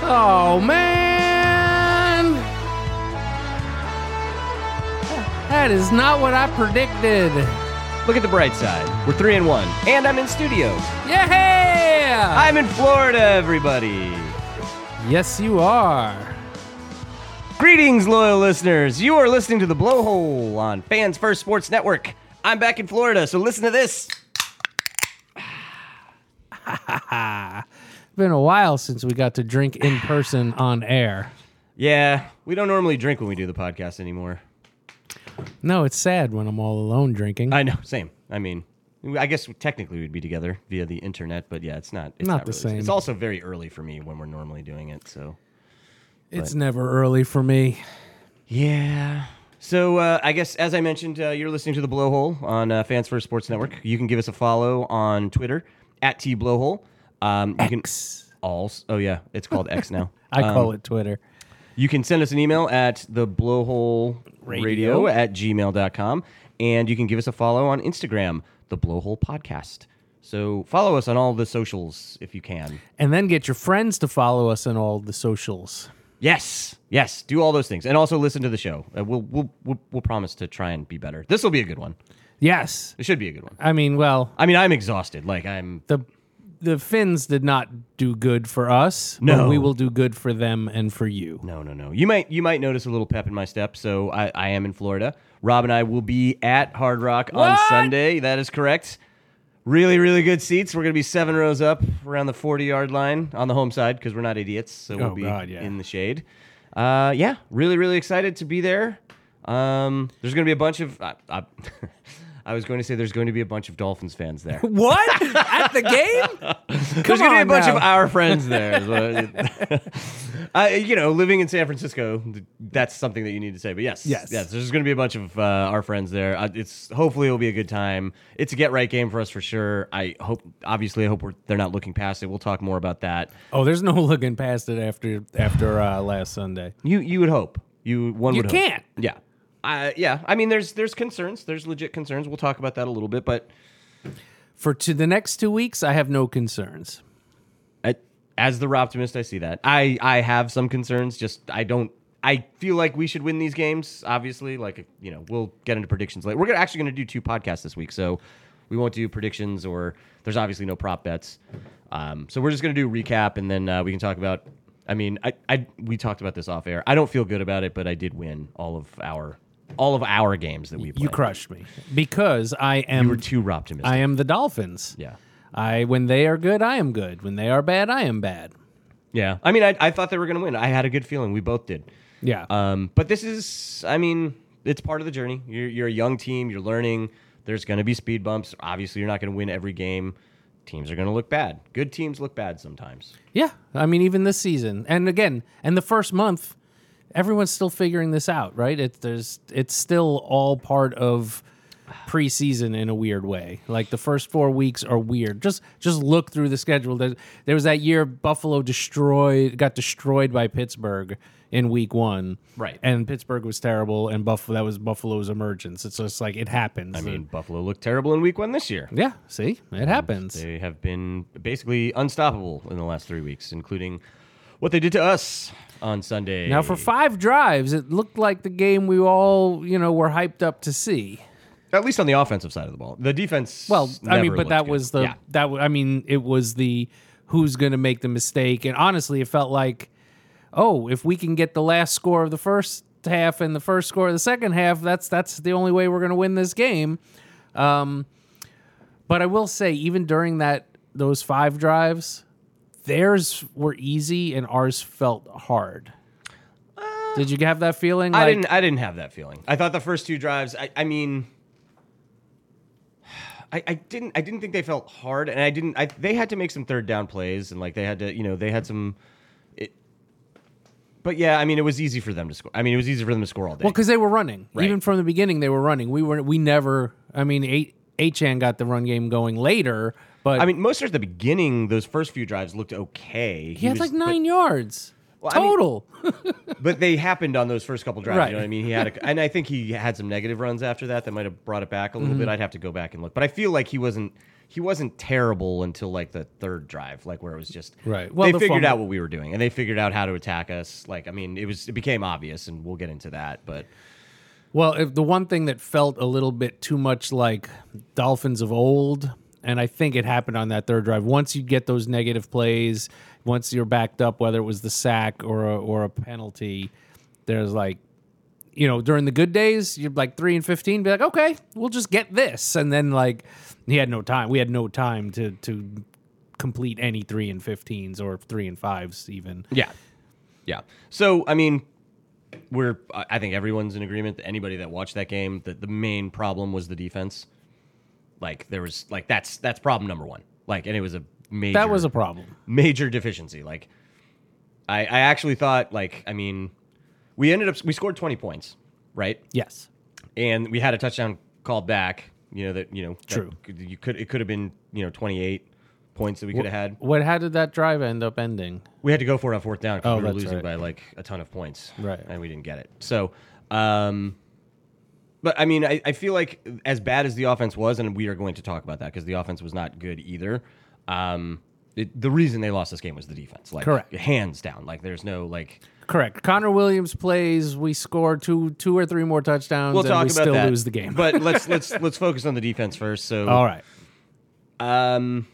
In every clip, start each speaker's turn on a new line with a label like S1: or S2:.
S1: Oh man! That is not what I predicted.
S2: Look at the bright side. We're three and one, and I'm in studio.
S1: Yeah!
S2: I'm in Florida, everybody.
S1: yes, you are.
S2: Greetings, loyal listeners. You are listening to the Blowhole on Fans First Sports Network. I'm back in Florida, so listen to this.
S1: It's been a while since we got to drink in person on air.
S2: Yeah, we don't normally drink when we do the podcast anymore.
S1: No, it's sad when I'm all alone drinking.
S2: I know, same. I mean, I guess technically we'd be together via the internet, but yeah, it's not. It's
S1: Not
S2: not,
S1: the
S2: really-
S1: same.
S2: It's also very early for me when we're normally doing it. So
S1: it's never early for me.
S2: Yeah. So uh, I guess as I mentioned, uh, you're listening to the Blowhole on uh, Fans First Sports Network. You can give us a follow on Twitter at t blowhole. Um, you can also oh yeah, it's called X now.
S1: I call it Twitter.
S2: You can send us an email at the blowhole
S1: Radio.
S2: radio at gmail.com. And you can give us a follow on Instagram, the Blowhole Podcast. So follow us on all the socials if you can.
S1: And then get your friends to follow us on all the socials.
S2: Yes, yes, do all those things, and also listen to the show. Uh, we'll, we'll we'll we'll promise to try and be better. This will be a good one.
S1: Yes.
S2: It should be a good one.
S1: I mean, well,
S2: I mean, I'm exhausted. Like I'm.
S1: the the Finns did not do good for us. but
S2: No.
S1: we will do good for them and for you.
S2: No, no, no. You might you might notice a little pep in my step. So I, I am in Florida. Rob and I will be at Hard Rock on
S1: What?
S2: Sunday. That is correct. Really, really good seats. We're gonna be seven rows up around the 40 yard line on the home side because we're not idiots. So we'll
S1: Oh,
S2: be
S1: God, yeah.
S2: in the shade. Uh, yeah, really, really excited to be there. Um, there's gonna be a bunch of. I, I, I was going to say there's going to be a bunch of Dolphins fans there.
S1: What at the game?
S2: There's gonna be a
S1: on
S2: bunch
S1: now.
S2: of our friends there. is what I- I- you know, living in San Francisco, th- that's something that you need to say. But yes,
S1: Yes.
S2: yes. There's gonna be a bunch of uh, our friends there. Uh, it's hopefully it'll be a good time. It's a get right game for us for sure. I hope, obviously, I hope we're, they're not looking past it. We'll talk more about that.
S1: Oh, there's no looking past it after after uh, last Sunday.
S2: You you would hope you one
S1: You
S2: would hope.
S1: can't.
S2: Yeah, uh, yeah. I mean, there's there's concerns. There's legit concerns. We'll talk about that a little bit, but
S1: For to the next two weeks, I have no concerns.
S2: I, as the optimist, I see that. I I have some concerns. Just I don't. I feel like we should win these games. Obviously, like you know, we'll get into predictions later. We're gonna, actually going to do two podcasts this week, so we won't do predictions or there's obviously no prop bets. Um, so we're just going to do recap and then uh, we can talk about. I mean, I, I we talked about this off air. I don't feel good about it, but I did win all of our all of our games that we played.
S1: You crushed me because I am
S2: You were too optimistic.
S1: I am the Dolphins.
S2: yeah.
S1: I when they are good, I am good. When they are bad, I am bad.
S2: Yeah. I mean, I, I thought they were going to win. I had a good feeling. We both did.
S1: Yeah.
S2: Um, but this is, I mean, it's part of the journey. You're, you're a young team. You're learning. There's going to be speed bumps. Obviously, you're not going to win every game. Teams are going to look bad. Good teams look bad sometimes.
S1: yeah. I mean, even this season, and again, and the first month, everyone's still figuring this out, right? It, there's it's still all part of preseason in a weird way. Like the first four weeks are weird. Just just look through the schedule. There, there was that year Buffalo destroyed got destroyed by Pittsburgh in week one.
S2: Right.
S1: And Pittsburgh was terrible and Buffalo that was Buffalo's emergence. It's just like it happens.
S2: I mean, Buffalo looked terrible in week one this year.
S1: yeah, see? It happens.
S2: They have been basically unstoppable in the last three weeks, including what they did to us on Sunday.
S1: Now, for five drives, it looked like the game we all, you know, were hyped up to see.
S2: at least on the offensive side of the ball, the defense.
S1: Well, I
S2: never
S1: mean, but
S2: looked
S1: that
S2: good.
S1: was the
S2: Yeah.
S1: that w- I mean, it was the who's going to make the mistake, and honestly, it felt like, oh, if we can get the last score of the first half and the first score of the second half, that's that's the only way we're going to win this game. Um, but I will say, even during that those five drives, theirs were easy and ours felt hard. Did you have that feeling?
S2: Uh, I
S1: Like-
S2: didn't. I didn't have that feeling. I thought the first two drives. I, I mean, I, I didn't. I didn't think they felt hard, and I didn't. I they had to make some third down plays, and like they had to. You know, they had some. It, but yeah, I mean, it was easy for them to score. I mean, it was easy for them to score all day.
S1: Well, because they were running.
S2: Right.
S1: Even from the beginning, they were running. We were we never. I mean, eight Achan got the run game going later, but
S2: I mean, most at the beginning, those first few drives looked okay.
S1: he had
S2: was-
S1: like
S2: but-
S1: nine yards.
S2: Well, I mean,
S1: Total.
S2: but they happened on those first couple drives.
S1: Right.
S2: You know what I mean? He had, a, and I think he had some negative runs after that that might have brought it back a little
S1: Mm-hmm.
S2: bit. I'd have to go back and look, but I feel like he wasn't he wasn't terrible until like the third drive, like where it was just
S1: Right. Well,
S2: they
S1: the
S2: figured
S1: fumble.
S2: out what we were doing, and they figured out how to attack us. Like I mean, it was it became obvious, and we'll get into that. But
S1: Well, if the one thing that felt a little bit too much like Dolphins of old, and I think it happened on that third drive. Once you get those negative plays, once you're backed up, whether it was the sack or a, or a penalty, there's like, you know, during the good days, you're like three and fifteen, be like, okay, we'll just get this, and then like, he had no time. We had no time to to complete any three and fifteens or three and fives even.
S2: yeah, yeah. So I mean, we're I I think everyone's in agreement. That anybody that watched that game, that the main problem was the defense. Like there was like that's that's problem number one. Like and it was a major
S1: That was a problem.
S2: major deficiency. Like, I, I actually thought, like, I mean, we ended up, we scored 20 points, right?
S1: Yes.
S2: And we had a touchdown called back, you know, that, you know, that
S1: True.
S2: could- you could, it could have been, you know, 28 points that we could have had.
S1: What? How did that drive end up ending?
S2: We had to go for it on fourth down because
S1: Oh,
S2: we were
S1: that's
S2: losing
S1: right.
S2: by like a ton of points.
S1: Right.
S2: And we didn't get it. So, um, but I mean, I, I feel like as bad as the offense was, and we are going to talk about that because the offense was not good either. Um, it, the reason they lost this game was the defense, like
S1: Correct.
S2: hands down. Like there's no like
S1: Correct. Connor Williams plays. We score two, two or three more touchdowns,
S2: we'll
S1: and
S2: talk
S1: we
S2: about
S1: still
S2: that.
S1: lose the game.
S2: but let's let's let's focus on the defense first. So
S1: all right,
S2: Um,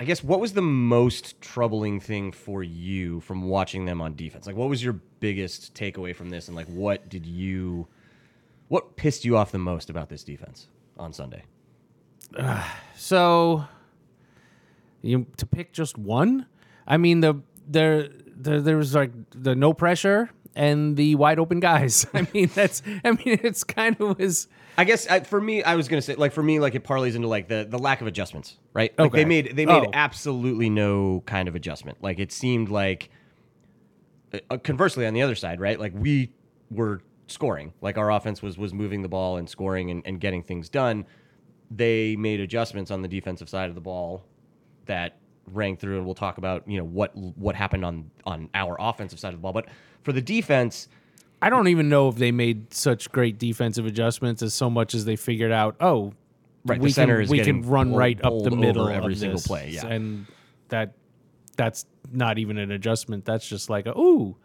S2: I guess what was the most troubling thing for you from watching them on defense? Like, what was your biggest takeaway from this, and like, what did you, what pissed you off the most about this defense on Sunday?
S1: so you to pick just one. I mean the there there there was like the no pressure and the wide open guys. I mean that's I mean it's kind of was
S2: I guess I, for me, I was gonna say like for me, like it parlays into like the the lack of adjustments, right? Like
S1: Okay.
S2: they made they made
S1: Oh.
S2: absolutely no kind of adjustment. Like it seemed like, uh, conversely, on the other side, right? Like we were scoring, like our offense was was moving the ball and scoring and, and getting things done. They made adjustments on the defensive side of the ball that rang through, and we'll talk about you know what what happened on on our offensive side of the ball. But for the defense,
S1: I don't even know if they made such great defensive adjustments as so much as they figured out. Oh,
S2: Right, the
S1: we
S2: center
S1: can
S2: is
S1: we can
S2: getting
S1: run
S2: bowled-
S1: right up the
S2: bowled
S1: middle
S2: over every
S1: of
S2: single
S1: this.
S2: play, yeah.
S1: and that that's not even an adjustment. That's just like, ooh,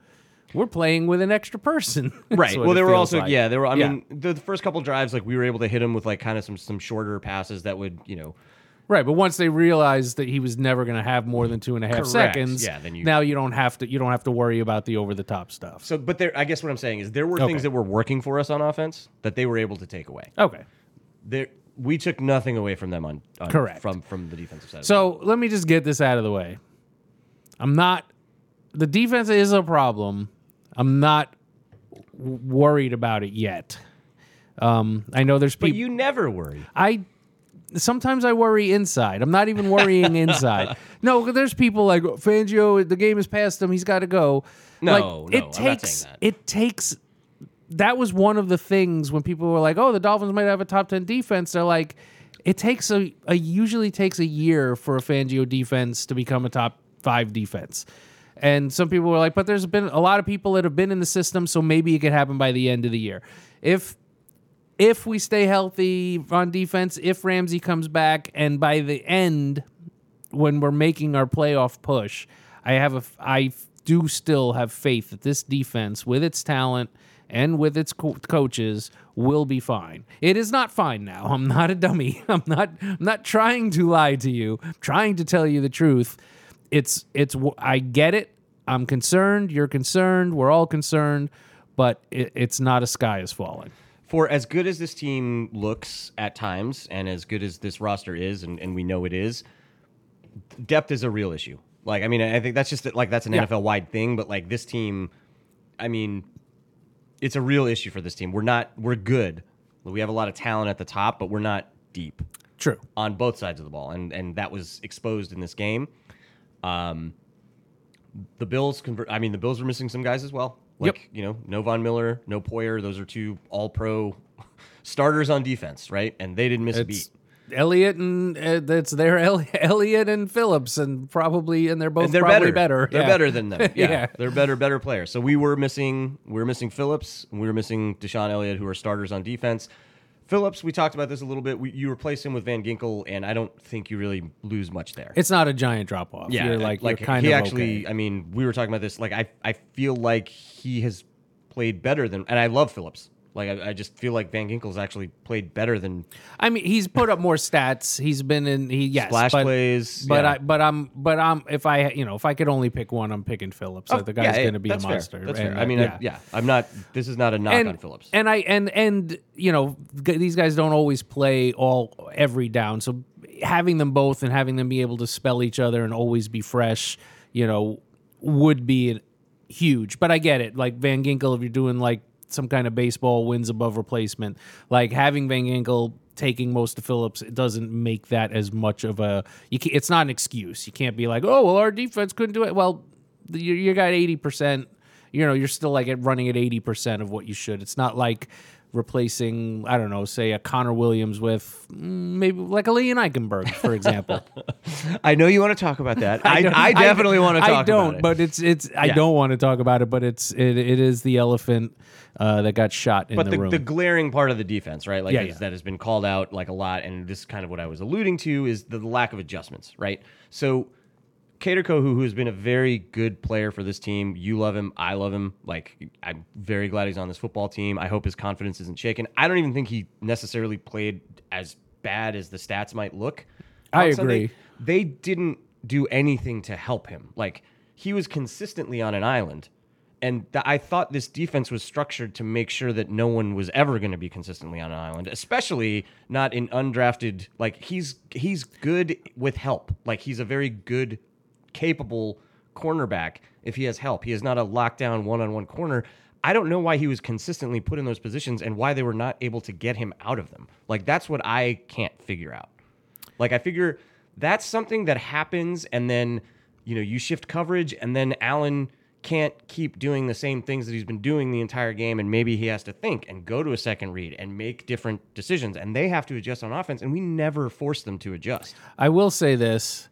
S1: we're playing with an extra person. That's
S2: right.
S1: what
S2: Well,
S1: it
S2: they were
S1: feels
S2: also
S1: like.
S2: yeah. They were. I
S1: Yeah.
S2: mean, the, the first couple drives, like we were able to hit him with like kind of some some shorter passes that would you know.
S1: right. But once they realized that he was never going to have more than two and a half
S2: Correct.
S1: seconds,
S2: Yeah, then you-
S1: now you don't have to you don't have to worry about the over the top stuff.
S2: So, but there, I guess what I'm saying is there were
S1: Okay.
S2: things that were working for us on offense that they were able to take away.
S1: Okay.
S2: There, we took nothing away from them on, on
S1: Correct.
S2: from from the defensive side. of the
S1: So let me just get this out of the way. I'm not. The defense is a problem. I'm not w- worried about it yet. Um, I know there's
S2: but
S1: people.
S2: you never worry.
S1: I sometimes I worry inside. I'm not even worrying inside. No, there's people like Fangio. The game is past him. He's got to go.
S2: No,
S1: like,
S2: no, I'm
S1: it
S2: not
S1: takes.
S2: saying that.
S1: It takes. That was one of the things when people were like, "Oh, the Dolphins might have a top ten defense." They're like, it takes a, a usually takes a year for a Fangio defense to become a top five defense. And some people were like, but there's been a lot of people that have been in the system, so maybe it could happen by the end of the year. If if we stay healthy on defense, if Ramsey comes back, and by the end, when we're making our playoff push, I have a f- I f- do still have faith that this defense, with its talent and with its co- coaches, will be fine. It is not fine now. I'm not a dummy. I'm not I'm not trying to lie to you. I'm trying to tell you the truth. It's it's w- I get it. I'm concerned. You're concerned. We're all concerned. But it, it's not a sky is falling.
S2: For as good as this team looks at times, and as good as this roster is, and, and we know it is, depth is a real issue. Like, I mean, I think that's just like that's an NFL wide thing, but like this team, I mean, it's a real issue for this team. We're not, we're good. We have a lot of talent at the top, but we're not deep
S1: True.
S2: on both sides of the ball, and and that was exposed in this game. Um, the Bills convert. I mean, the Bills were missing some guys as well.
S1: Yep.
S2: Like you know, no Von Miller, no Poyer. Those are two All Pro starters on defense, right? And they didn't miss a
S1: It's-
S2: beat.
S1: Elliot and uh, that's their El- Elliot and Phillips, and probably and they're both
S2: And they're
S1: probably
S2: better.
S1: better.
S2: They're
S1: Yeah.
S2: better than them. Yeah.
S1: Yeah.
S2: They're better, better players. So we were missing we were missing Phillips and we were missing Deshaun Elliott, who are starters on defense. Phillips, we talked about this a little bit. We, you replace him with Van Ginkel, and I don't think you really lose much there.
S1: It's not a giant drop off. you're like, you're kind
S2: uh, he
S1: of
S2: actually.
S1: okay.
S2: I mean, we were talking about this. Like, I I feel like he has played better than, and I love Phillips. Like, I, I just feel like Van Ginkel's actually played better than
S1: I mean, he's put up more stats. He's been in. He yes,
S2: Splash
S1: but,
S2: plays.
S1: But
S2: yeah.
S1: I, but I'm, but I'm. If I, you know, if I could only pick one, I'm picking Phillips.
S2: Oh,
S1: the guy's
S2: yeah,
S1: going to be a
S2: that's fair.
S1: monster.
S2: That's
S1: And,
S2: fair.
S1: uh,
S2: I mean, I- yeah, I'm not. This is not a knock
S1: and,
S2: on Phillips.
S1: And I and and you know g- these guys don't always play all every down. So having them both and having them be able to spell each other and always be fresh, you know, would be huge. But I get it. Like Van Ginkel, if you're doing like some kind of baseball wins above replacement, like having Van Ginkel taking most of Phillips, it doesn't make that as much of a. You can, it's not an excuse. You can't be like, oh well, our defense couldn't do it. Well, the- you, you got eighty percent you know you're still like at running at 80% of what you should it's not like replacing i don't know say a connor williams with mm, maybe like a leon eichenberg for example
S2: I know you want to talk about that. I,
S1: don't-
S2: I, definitely want to talk.
S1: i don't
S2: about it.
S1: but it's it's i
S2: Yeah.
S1: don't want to talk about it but it's it, it is the elephant uh, that got shot in
S2: but
S1: the,
S2: the,
S1: room
S2: the glaring part of the defense, right? Like
S1: Yeah,
S2: is-
S1: yeah.
S2: that has been called out like a lot, and this is kind of what I was alluding to is the lack of adjustments, right? So Cater Kohu, who has been a very good player for this team, you love him, I love him. Like I'm very glad he's on this football team. I hope his confidence isn't shaken. I don't even think he necessarily played as bad as the stats might look.
S1: I
S2: on Sunday.
S1: agree.
S2: They didn't do anything to help him. Like he was consistently on an island. And th- I thought this defense was structured to make sure that no one was ever going to be consistently on an island, especially not in undrafted. Like he's he's good with help. Like he's a very good, capable cornerback if he has help. He is not a lockdown one-on-one corner. I don't know why he was consistently put in those positions and why they were not able to get him out of them. Like that's what I can't figure out. Like I figure that's something that happens, and then you know you shift coverage, and then Allen can't keep doing the same things that he's been doing the entire game, and maybe he has to think and go to a second read and make different decisions, and they have to adjust on offense, and we never force them to adjust.
S1: I will say this: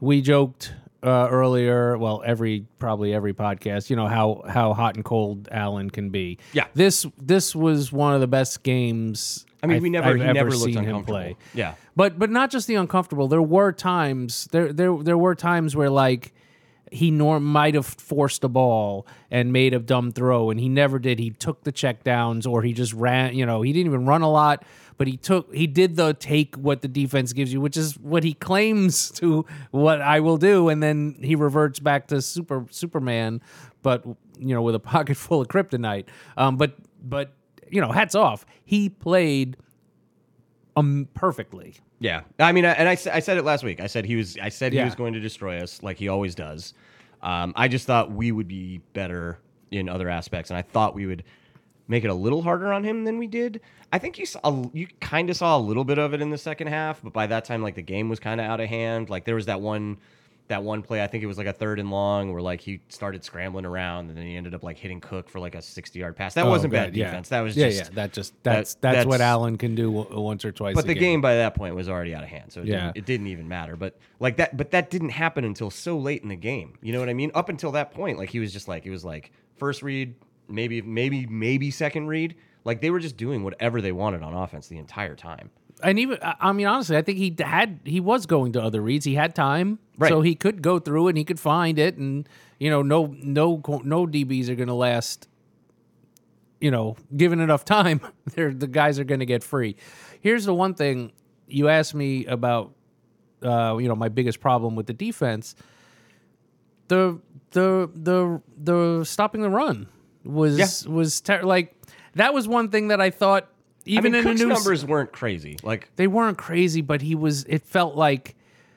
S1: we joked uh, earlier. Well, every probably every podcast, you know how how hot and cold Allen can be.
S2: Yeah.
S1: this this was one of the best games.
S2: I mean,
S1: I've-
S2: we never
S1: I've
S2: he
S1: ever
S2: never looked
S1: seen him
S2: uncomfortable.
S1: play.
S2: Yeah,
S1: But but not just the uncomfortable. There were times there there there were times where like he norm might have forced a ball and made a dumb throw and he never did. He took the check downs or he just ran, you know, he didn't even run a lot, but he took he did the take what the defense gives you, which is what he claims to what I will do and then he reverts back to super Superman but you know with a pocket full of kryptonite. Um but but you know, hats off. He played um perfectly.
S2: Yeah, I mean, I- and I, s- I said it last week. I said he was. I said he
S1: Yeah.
S2: was going to destroy us, like he always does. Um, I just thought we would be better in other aspects, and I thought we would make it a little harder on him than we did. I think you saw you kind of saw a little bit of it in the second half, but by that time, like the game was kind of out of hand. Like there was that one. That one play, I think it was like a third and long, where like he started scrambling around, and then he ended up like hitting Cook for like a sixty-yard pass. That
S1: Oh,
S2: wasn't
S1: God,
S2: bad
S1: yeah.
S2: defense. That was
S1: yeah,
S2: just
S1: yeah. That just that's that's,
S2: that's-
S1: what Allen can do w- once or twice.
S2: but
S1: a
S2: the game by that point was already out of hand, so it,
S1: Yeah.
S2: didn't, it didn't even matter. But like that, but that didn't happen until so late in the game. You know what I mean? Up until that point, like he was just like it was like first read, maybe maybe maybe second read. Like they were just doing whatever they wanted on offense the entire time.
S1: and even I I mean, honestly, I think he had he was going to other reads. He had time,
S2: Right.
S1: so he could go through and he could find it. And you know, no no co- no DBs are going to last. You know, given enough time, they're, the guys are going to get free. Here's the one thing you asked me about. Uh, you know, my biggest problem with the defense. the the the the stopping the run was was ter- like that was one thing that I thought even
S2: Even I mean,
S1: in
S2: Cook's
S1: the new s-
S2: numbers weren't crazy. Like
S1: they weren't crazy, but he was it felt like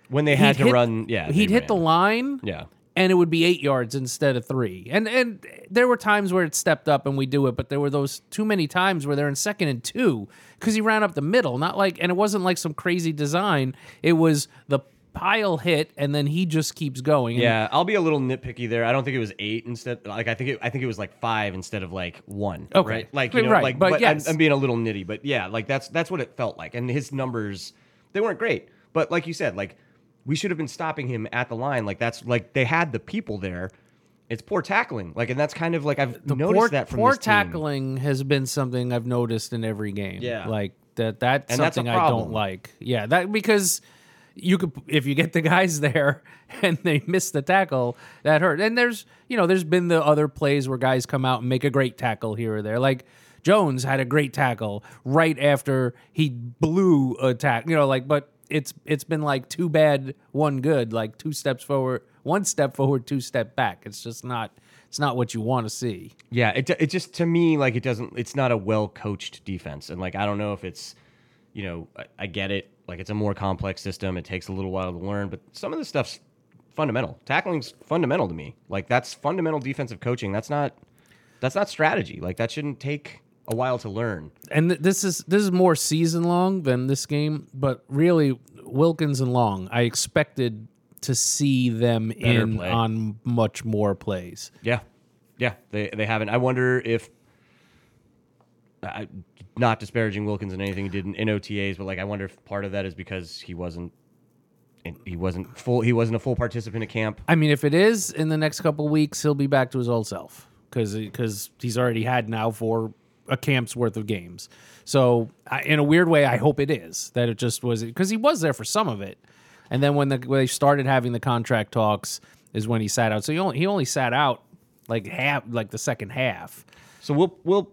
S2: when they had
S1: he'd
S2: to
S1: hit-
S2: run, yeah,
S1: he'd
S2: they
S1: hit the
S2: ran.
S1: line
S2: yeah.
S1: and it would be eight yards instead of three. And and there were times where it stepped up and we do it, but there were those too many times where they're in second and two because he ran up the middle, not like and it wasn't like some crazy design. It was the pile hit and then he just keeps going. And
S2: Yeah, I'll be a little nitpicky there. I don't think it was eight instead. Like I think it, I think it was like five instead of like one.
S1: Okay.
S2: Right. Like you know,
S1: Right,
S2: like
S1: but
S2: but I'm-
S1: yes.
S2: I'm, being a little nitty, but yeah, like that's that's what it felt like. And his numbers They weren't great, but like you said, like we should have been stopping him at the line. Like that's like they had the people there. It's poor tackling. Like, and that's kind of like I've noticed
S1: poor,
S2: that from
S1: poor
S2: this team.
S1: tackling has been something I've noticed in every game.
S2: Yeah.
S1: like that. That's
S2: And that's a
S1: something I don't
S2: problem.
S1: like. Yeah, that because you could if you get the guys there and they miss the tackle that hurt. And there's you know there's been the other plays where guys come out and make a great tackle here or there. Like Jones had a great tackle right after he blew a tackle. You know, like but. It's it's been like two bad, one good, like two steps forward, one step forward, two step back. It's just not it's not what you want to see.
S2: Yeah, it it just to me like it doesn't. It's not a well coached defense, and like I don't know if it's, you know, I, I get it. Like it's a more complex system. It takes a little while to learn, but some of this stuff's fundamental. Tackling's fundamental to me. Like that's fundamental defensive coaching. That's not that's not strategy. Like that shouldn't take a while to learn.
S1: and th- this is this is more season long than this game, but really Wilkins and Long, I expected to see them in
S2: play.
S1: on much more plays.
S2: Yeah, yeah, they they haven't. I wonder if, I, not disparaging Wilkins and anything he did in, in OTAs, but like I wonder if part of that is because he wasn't, and he wasn't full. He wasn't a full participant at camp.
S1: I mean, if it is in the next couple weeks, he'll be back to his old self because he's already had now for a camp's worth of games. So I, in a weird way, I hope it is that it just was because he was there for some of it, and then when, the, when they started having the contract talks is when he sat out. So he only he only sat out like half like the second half.
S2: So we'll we'll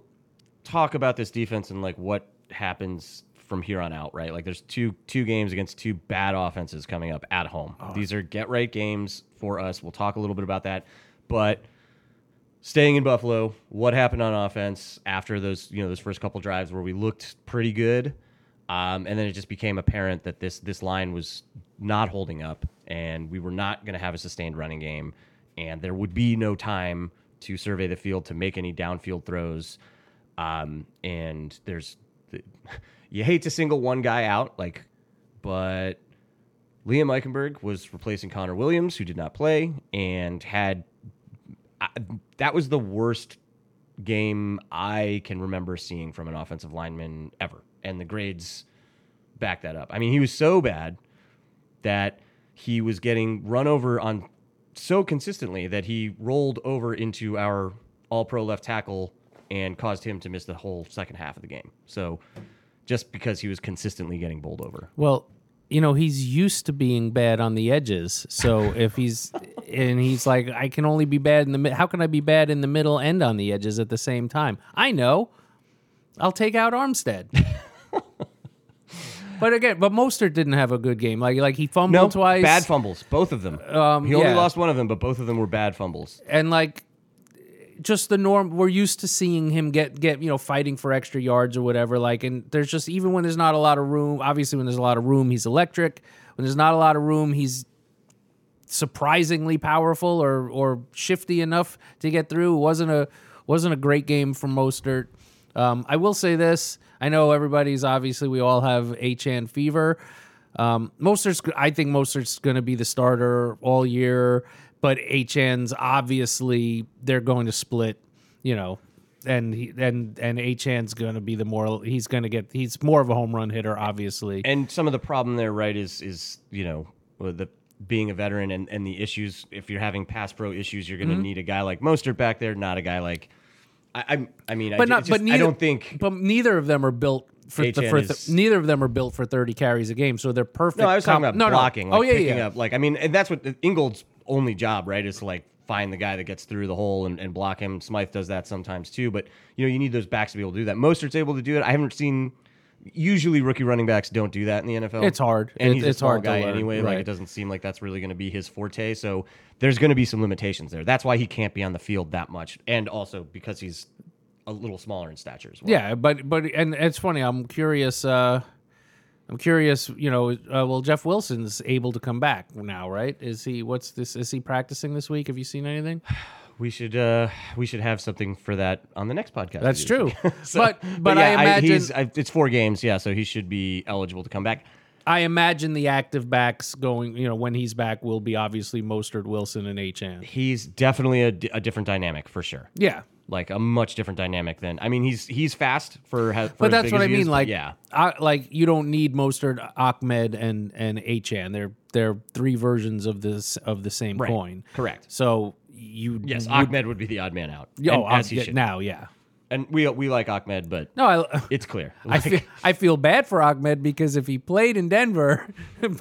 S2: talk about this defense and like what happens from here on out, right? Like there's two two games against two bad offenses coming up at home. These are get right games for us. We'll talk a little bit about that, but staying in Buffalo, what happened on offense after those you know those first couple drives where we looked pretty good, um, and then it just became apparent that this this line was not holding up, and we were not going to have a sustained running game, and there would be no time to survey the field to make any downfield throws, um, and there's you hate to single one guy out like, but Liam Eichenberg was replacing Connor Williams, who did not play and had. I, that was the worst game I can remember seeing from an offensive lineman ever. And the grades back that up. I mean, he was so bad that he was getting run over on so consistently that he rolled over into our all pro left tackle and caused him to miss the whole second half of the game. So just because he was consistently getting bowled over.
S1: Well, you know, he's used to being bad on the edges. So if he's and he's like, I can only be bad in the mid. How can I be bad in the middle and on the edges at the same time? I know. I'll take out Armstead. but again, but Mostert didn't have a good game. Like like he fumbled twice.
S2: bad fumbles, both of them.
S1: Um,
S2: he only
S1: yeah.
S2: lost one of them, but both of them were bad fumbles.
S1: and like just the norm we're used to seeing him get get you know fighting for extra yards or whatever like and there's just even when there's not a lot of room obviously when there's a lot of room he's electric when there's not a lot of room he's surprisingly powerful or or shifty enough to get through It wasn't a wasn't a great game for Mostert um, I will say this I know everybody's obviously we all have Achan fever um, Mostert's, I think Mostert's going to be the starter all year, but HN's obviously they're going to split, you know, and he, and and HN's going to be the more he's going to get he's more of a home run hitter, obviously.
S2: and some of the problem there, right, is is you know with the being a veteran and, and the issues. If you're having pass pro issues, you're going
S1: Mm-hmm.
S2: to need a guy like Mostert back there, not a guy like I. I'm- I mean, I,
S1: but
S2: ju-
S1: not
S2: it's
S1: but
S2: just-
S1: neither,
S2: I don't think.
S1: but neither of them are built for, the,
S2: HN
S1: for
S2: is-
S1: th- neither of them are built for 30 carries a game, so they're perfect.
S2: No, I was talking
S1: comp-
S2: about
S1: no, no.
S2: blocking. Like
S1: oh yeah,
S2: picking
S1: yeah.
S2: Up, like I mean, and that's what Ingold's only job, right, is to like find the guy that gets through the hole and, and block him. Smythe does that sometimes too, but you know you need those backs to be able to do that. Mostert's able to do it. I haven't seen. Usually, rookie running backs don't do that in the NFL.
S1: It's hard.
S2: and
S1: It-
S2: he's
S1: it's
S2: a small
S1: hard to
S2: guy
S1: learn,
S2: anyway. Like
S1: right.
S2: it doesn't seem like that's really going to be his forte. So there's going to be some limitations there. That's why he can't be on the field that much, and also because he's a little smaller in stature as well.
S1: Yeah, but but and it's funny. I'm curious. Uh, I'm curious. You know, uh, well, Jeff Wilson's able to come back now, right? Is he? What's this? Is he practicing this week? Have you seen anything?
S2: we should uh we should have something for that on the next podcast.
S1: That's
S2: we do.
S1: true. but but, I
S2: yeah,
S1: imagine
S2: he's, I, it's four games, yeah. So he should be eligible to come back.
S1: I, imagine the active backs going. You know, when he's back, will be obviously Mostert, Wilson, and HN.
S2: He's definitely a, di- a different dynamic for sure.
S1: Yeah,
S2: like a much different dynamic than. I mean, he's he's fast for. how- for
S1: But
S2: as
S1: that's
S2: big
S1: what
S2: as
S1: I
S2: he
S1: mean.
S2: is, but
S1: like,
S2: yeah,
S1: I, like you don't need Mostert, Ahmed, and and Achan. They're they're three versions of this of the same
S2: Right.
S1: coin.
S2: correct.
S1: So you
S2: Yes, Ahmed would be the odd man out.
S1: yo,
S2: and, as
S1: Ahmed-
S2: he should.
S1: now, yeah.
S2: And we we like Ahmed, but
S1: No, I.
S2: it's clear.
S1: I
S2: Like,
S1: feel, I feel bad for Ahmed because if he played in Denver,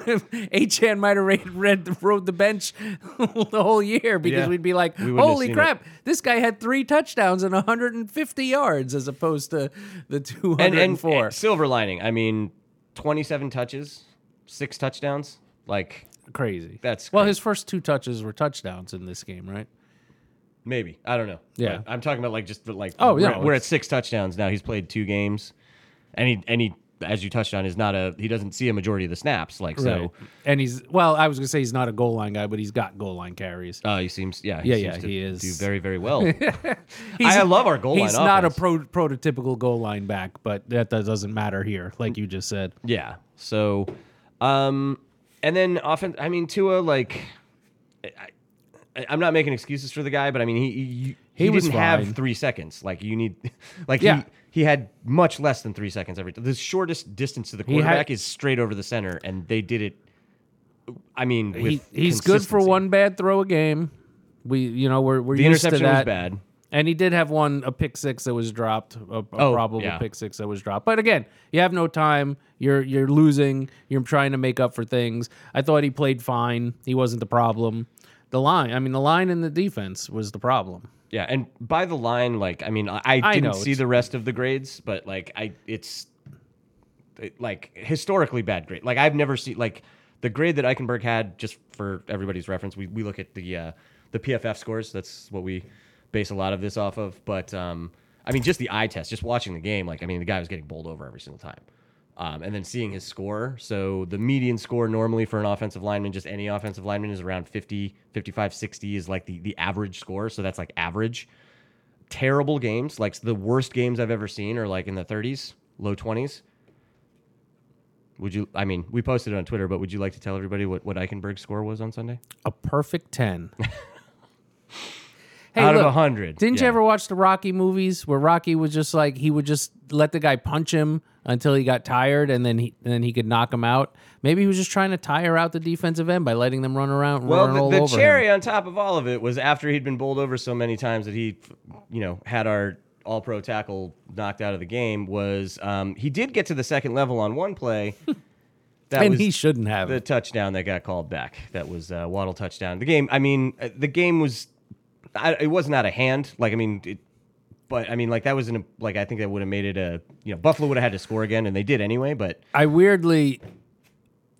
S1: Achan might have read, read, rode the bench the whole year because
S2: Yeah.
S1: we'd be like,
S2: We wouldn't have
S1: holy
S2: seen
S1: crap, this guy had three touchdowns and 150 yards as opposed to the 204.
S2: and, and, and silver lining. I mean, twenty-seven touches, six touchdowns. Like
S1: crazy.
S2: That's
S1: well,
S2: crazy.
S1: his first two touches were touchdowns in this game, right?
S2: maybe I don't know.
S1: Yeah.
S2: But I'm talking about like just the, like.
S1: Oh, yeah,
S2: we're, we're at
S1: it's-
S2: six touchdowns now. He's played two games, and he and he as you touched on is not a he doesn't see a majority of the snaps. Like so,
S1: and he's well, I was gonna say he's not a goal line guy, but he's got goal line carries.
S2: uh, he seems yeah
S1: Yeah,
S2: seems
S1: yeah,
S2: to
S1: he is.
S2: do very very well.
S1: He's-
S2: I love our goal
S1: He's
S2: line
S1: not
S2: offense.
S1: a pro- prototypical goal line back, but that, that doesn't matter here, like you just said.
S2: Yeah. So, um, and then often, I mean, Tua, like, I, I, I'm not making excuses for the guy, but I mean, he he, he,
S1: He was
S2: didn't
S1: fine.
S2: have three seconds. Like you need, like
S1: Yeah.
S2: he he had much less than three seconds every. The shortest distance to the
S1: had-
S2: quarterback is straight over the center, and they did it. I mean, with
S1: he, he's good for
S2: consistency.
S1: one bad throw a game. We, you know, we're we're
S2: The
S1: used to
S2: interception
S1: that.
S2: was bad.
S1: and he did have one a pick six that was dropped, a, a
S2: Oh,
S1: probable
S2: yeah.
S1: pick six that was dropped. But again, you have no time. You're you're losing. You're trying to make up for things. I thought he played fine. He wasn't the problem. The line, I mean, the line and the defense was the problem.
S2: Yeah, and by the line, like I mean, I, I
S1: I
S2: didn't
S1: know,
S2: see
S1: it's-
S2: the rest of the grades, but like I, it's it- like historically bad grade. Like I've never seen like the grade that Eichenberg had. Just for everybody's reference, we, we look at the uh, the PFF scores. That's what we base a lot of this off of. But um, I mean, just the eye test, just watching the game. Like I mean, the guy was getting bowled over every single time. Um, and then seeing his score. So the median score normally for an offensive lineman, just any offensive lineman, is around 50, 55, 60 is like the, the average score. So that's like average terrible games, like the worst games I've ever seen are like in the 30s, low 20s. Would you? I mean, we posted it on Twitter, but would you like to tell everybody what what Eichenberg's score was on Sunday?
S1: A perfect ten. hey,
S2: Out
S1: look,
S2: of of hundred,
S1: Didn't you
S2: Yeah.
S1: ever watch the Rocky movies where Rocky was just like he would just let the guy punch him until he got tired and then he then he could knock him out? Maybe he was just trying to tire out the defensive end by letting them run around. run
S2: Well,
S1: all
S2: the, the
S1: over him.
S2: cherry on top of all of it was after he'd been bowled over so many times that he, you know, had our all-pro tackle knocked out of the game. Was um, he did get to the second level on one play? That
S1: and
S2: was
S1: he shouldn't have.
S2: the
S1: it.
S2: touchdown that got called back. That was uh, Waddle touchdown. The game. I mean, uh, the game was. I, it wasn't out of hand. Like I mean, it, but I mean, like that was an like I think that would have made it a you know Buffalo would have had to score again, and they did anyway. But
S1: I weirdly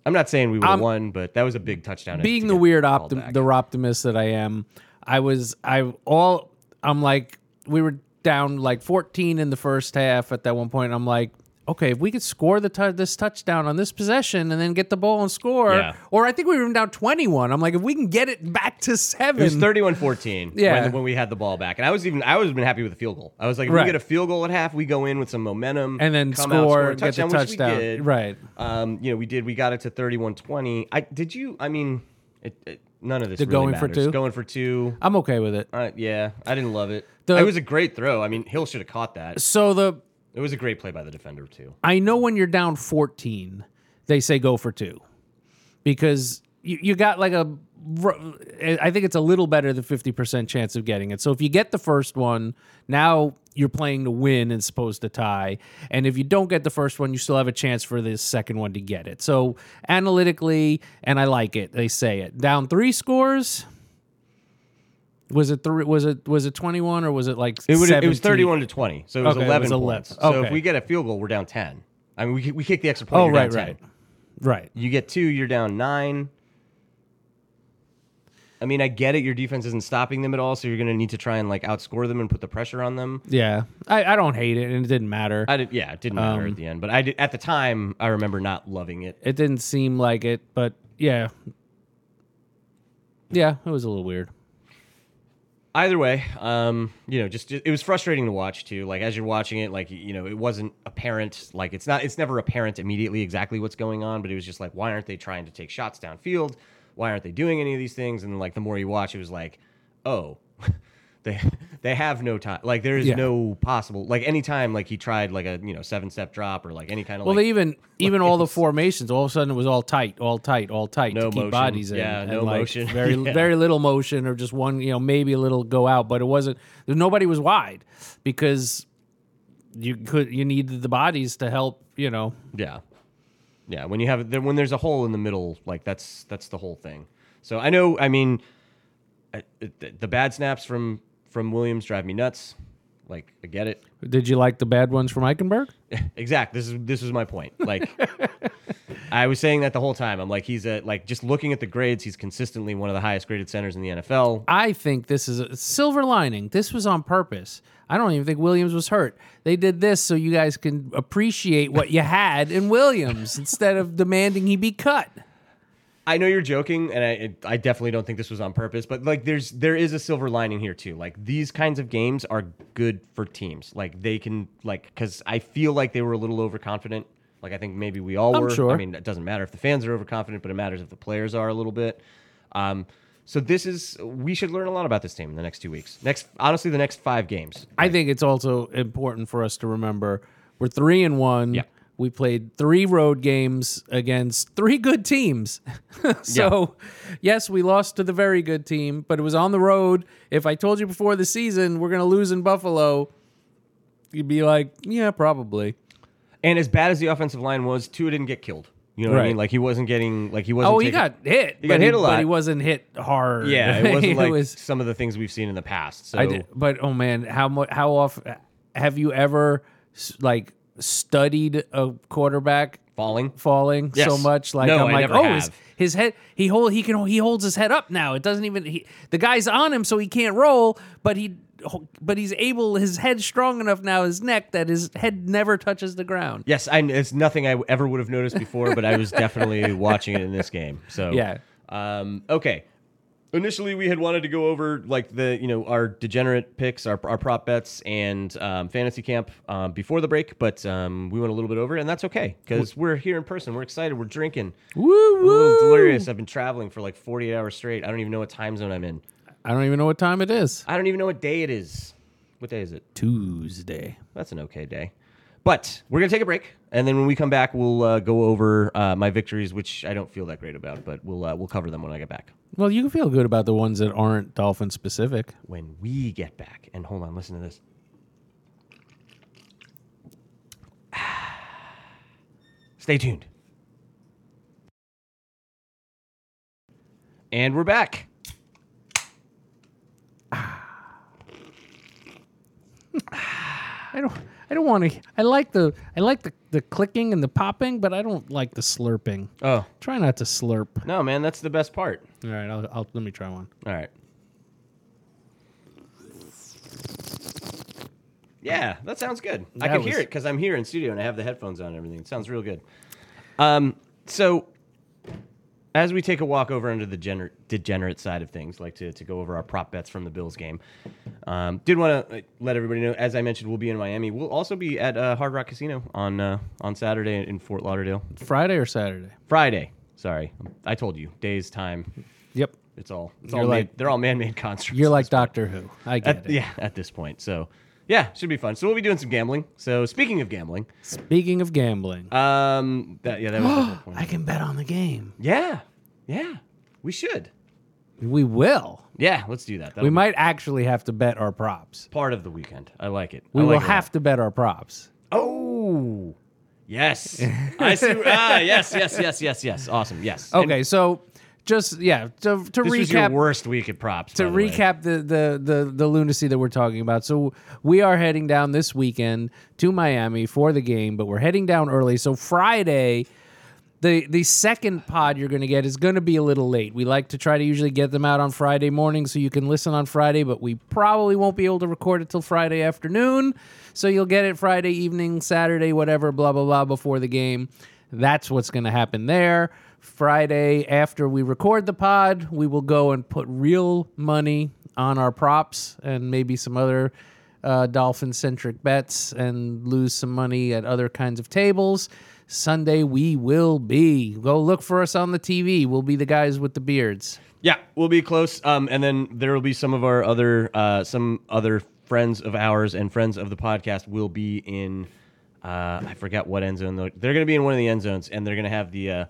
S2: I'm not saying we would have
S1: I'm-
S2: won, but that was a big touchdown.
S1: being
S2: to
S1: the
S2: get
S1: weird
S2: called
S1: optim-
S2: back.
S1: the optimist that I am, I was I all I'm like we were down like 14 in the first half at that one point. I'm like, okay, if we could score the tou this touchdown on this possession and then get the ball and score,
S2: Yeah.
S1: or I think we were even down 21. I'm like, if we can get it back to seven,
S2: It was 31-14
S1: Yeah.
S2: when, when we had the ball back, and I was even I was even happy with the field goal. I was like, if
S1: Right.
S2: we get a field goal at half, we go in with some momentum,
S1: and then
S2: come
S1: score,
S2: out, score a
S1: get the
S2: touchdown,
S1: touchdown,
S2: which we did.
S1: right?
S2: Um, you know, we did. We got it to 31-20. I did you? I mean, it, it, none of this
S1: The
S2: really
S1: going for
S2: matters.
S1: two?
S2: Going for two.
S1: I'm okay with it.
S2: Uh, yeah, I didn't love it.
S1: The-
S2: it was a great throw. I mean, Hill should have caught that.
S1: So the
S2: It was a great play by the defender too.
S1: I know when you're down 14, they say go for two because you, you got like a, r- I think it's a little better than 50% chance of getting it. So if you get the first one, now you're playing to win and supposed to tie. And if you don't get the first one, you still have a chance for this second one to get it. So analytically, and I like it, they say it. Down three scores. Was it three? Was it was it twenty one or was it like
S2: It, would, it was
S1: 17?
S2: thirty-one to twenty, so it was
S1: Okay, it
S2: eleven
S1: was 11.
S2: points. So
S1: Okay.
S2: if we get a field goal, we're down ten. I mean, we we kick the extra point.
S1: Oh
S2: you're
S1: right,
S2: down 10.
S1: right, right.
S2: You get two, you're down nine. I mean, I get it. Your defense isn't stopping them at all, so you're going to need to try and like outscore them and put the pressure on them.
S1: Yeah, I, I don't hate it, and it didn't matter.
S2: I did, yeah, it didn't matter at the end, but I did, at the time I remember not loving it.
S1: it didn't seem like it, but yeah, yeah, it was a little weird.
S2: either way um you know just it was frustrating to watch too like as you're watching it like you know it wasn't apparent like it's not it's never apparent immediately exactly what's going on but it was just like why aren't they trying to take shots downfield why aren't they doing any of these things and like the more you watch it was like oh they they have no time. Like there is
S1: Yeah.
S2: no possible like any time like he tried like a you know seven step drop or like any kind of
S1: Well,
S2: like
S1: they even even all the formations, all of a sudden it was all tight, all tight, all tight
S2: No
S1: to keep
S2: motion.
S1: bodies in.
S2: Yeah,
S1: and
S2: no
S1: like
S2: motion.
S1: Very
S2: Yeah.
S1: very little motion, or just one, you know, maybe a little go out, but it wasn't. There, nobody was wide because you could you needed the bodies to help. You know,
S2: Yeah, yeah. When you have there, when there's a hole in the middle, like that's that's the whole thing. So I know. I mean, I, it, the bad snaps from from Williams drive me nuts. Like I get it.
S1: did you like the bad ones from Eichenberg?
S2: exact. This is this was my point. Like I was saying that the whole time. I'm like he's a like just looking at the grades. He's consistently one of the highest graded centers in the NFL.
S1: I think this is a silver lining. This was on purpose. I don't even think Williams was hurt. They did this so you guys can appreciate what you had in Williams instead of demanding he be cut.
S2: I know you're joking, and I it, I definitely don't think this was on purpose. But like, there's there is a silver lining here too. Like these kinds of games are good for teams. Like they can like because I feel like they were a little overconfident. Like I think maybe we all
S1: I'm
S2: were.
S1: sure.
S2: I mean, it doesn't matter if the fans are overconfident, but it matters if the players are a little bit. Um, so this is we should learn a lot about this team in the next two weeks. Next, honestly, the next five games.
S1: I think it's also important for us to remember we're three and one.
S2: Yeah.
S1: We played three road games against three good teams. so, yes, we lost to the very good team, but it was on the road. If I told you before the season we're going to lose in Buffalo, you'd be like, yeah, probably.
S2: And as bad as the offensive line was, Tua didn't get killed. You know what I
S1: Right.
S2: mean? Like he wasn't getting like he wasn't.
S1: Oh, he
S2: taking-
S1: got hit.
S2: He
S1: but
S2: got hit a lot.
S1: But he wasn't hit hard.
S2: Yeah, it wasn't like
S1: was-
S2: some of the things we've seen in the past. So
S1: I did, but oh man, how much? How often have you ever s- like studied a quarterback
S2: falling.
S1: falling so
S2: Yes.
S1: much. Like I'm
S2: No, I
S1: like,
S2: never
S1: oh,
S2: have.
S1: his, his head. He hold. He can. He holds his head up now. It doesn't even. He, the guy's on him, so he can't roll. But he. But he's able. His head's strong enough now. His neck that his head never touches the ground.
S2: Yes, I, it's nothing I ever would have noticed before, but I was definitely watching it in this game. So
S1: Yeah.
S2: Um, okay. Initially, we had wanted to go over like the you know our degenerate picks, our, our prop bets, and um, fantasy camp um, before the break, but um, we went a little bit over, and that's okay because we're here in person. We're excited. We're drinking.
S1: Woo
S2: I'm a little
S1: woo.
S2: delirious. I've been traveling for like 48 hours straight. I don't even know what time zone I'm in.
S1: I don't even know what time it is.
S2: I don't even know what day it is. What day is it?
S1: Tuesday.
S2: That's an okay day. But we're going to take a break. And then when we come back, we'll uh, go over uh, my victories, which I don't feel that great about, but we'll, uh, we'll cover them when I get back.
S1: Well, you can feel good about the ones that aren't dolphin specific.
S2: When we get back. And hold on, listen to this. Stay tuned. And we're back.
S1: I don't. I don't want to. I like the. I like the, the clicking and the popping, but I don't like the slurping.
S2: Oh,
S1: Try not to slurp.
S2: no, man, that's the best part.
S1: All right, I'll, I'll let me try one.
S2: All right. Yeah, that sounds good. I
S1: That
S2: can
S1: was-
S2: hear it because I'm here in studio and I have the headphones on and everything. It sounds real good. Um, so as we take a walk over into the gener- degenerate side of things, like to, to go over our prop bets from the Bills game, um, did want to let everybody know. As I mentioned, we'll be in Miami. We'll also be at uh, Hard Rock Casino on uh, on Saturday in Fort Lauderdale.
S1: Friday or Saturday?
S2: Friday. Sorry, I told you. Days, time.
S1: Yep.
S2: It's all. It's
S1: You're
S2: all
S1: like-
S2: made, they're all man-made constructs.
S1: You're like Doctor Who. I get
S2: At-
S1: it.
S2: yeah, at this point. So, yeah, should be fun. So we'll be doing some gambling. So speaking of gambling,
S1: Speaking of gambling,
S2: um, that yeah, that was the whole point.
S1: I can bet on the game.
S2: Yeah, yeah, we should.
S1: We will.
S2: Yeah, let's do that. That'll
S1: We
S2: be
S1: might actually have to bet our props.
S2: part of the weekend. I like it.
S1: We
S2: I like
S1: will
S2: it a
S1: have to bet our props.
S2: lot. Oh, yes. I see. Ah, yes, yes, yes, yes, yes. Awesome. Yes. And
S1: Okay, so just yeah to to
S2: this was your
S1: recap
S2: worst week at props.
S1: to recap the, the the the lunacy that we're talking about. So we are heading down this weekend to Miami for the game, but we're heading down early. So Friday, the the second pod you're going to get is going to be a little late. We like to try to usually get them out on Friday morning so you can listen on Friday, but we probably won't be able to record it till Friday afternoon. So you'll get it Friday evening, Saturday, whatever, blah blah blah before the game. That's what's going to happen there. Friday after we record the pod, we will go and put real money on our props and maybe some other uh, dolphin centric bets and lose some money at other kinds of tables. Sunday we will be. Go look for us on the TV. We'll be the guys with the beards.
S2: Yeah, we'll be close. Um, and then there will be some of our other uh, some other friends of ours and friends of the podcast will be in. Uh, I forgot what end zone they're, they're going to be in. One of the end zones, and they're going to have the. Uh,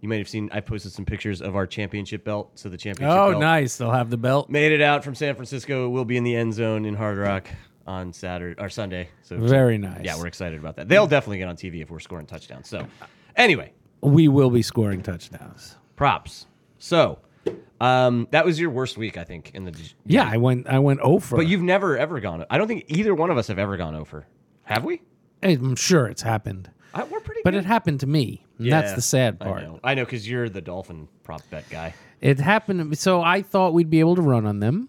S2: you might have seen. I posted some pictures of our championship belt. So the championship.
S1: Oh,
S2: belt
S1: nice. They'll have the belt.
S2: Made it out from San Francisco. We'll be in the end zone in Hard Rock on Saturday or Sunday. So
S1: Very nice.
S2: yeah, we're excited about that. They'll definitely get on TV if we're scoring touchdowns. So anyway,
S1: we will be scoring touchdowns.
S2: props. So um, that was your worst week, I think, in the
S1: Yeah, I went I went oh over.
S2: But you've never ever gone. I don't think either one of us have ever gone over. Have we?
S1: I'm sure it's happened.
S2: I, we're pretty.
S1: But
S2: good.
S1: it happened to me. And That's
S2: Yeah,
S1: the sad
S2: I
S1: part.
S2: know. I know because you're the dolphin prop bet guy.
S1: It happened to me. So I thought we'd be able to run on them.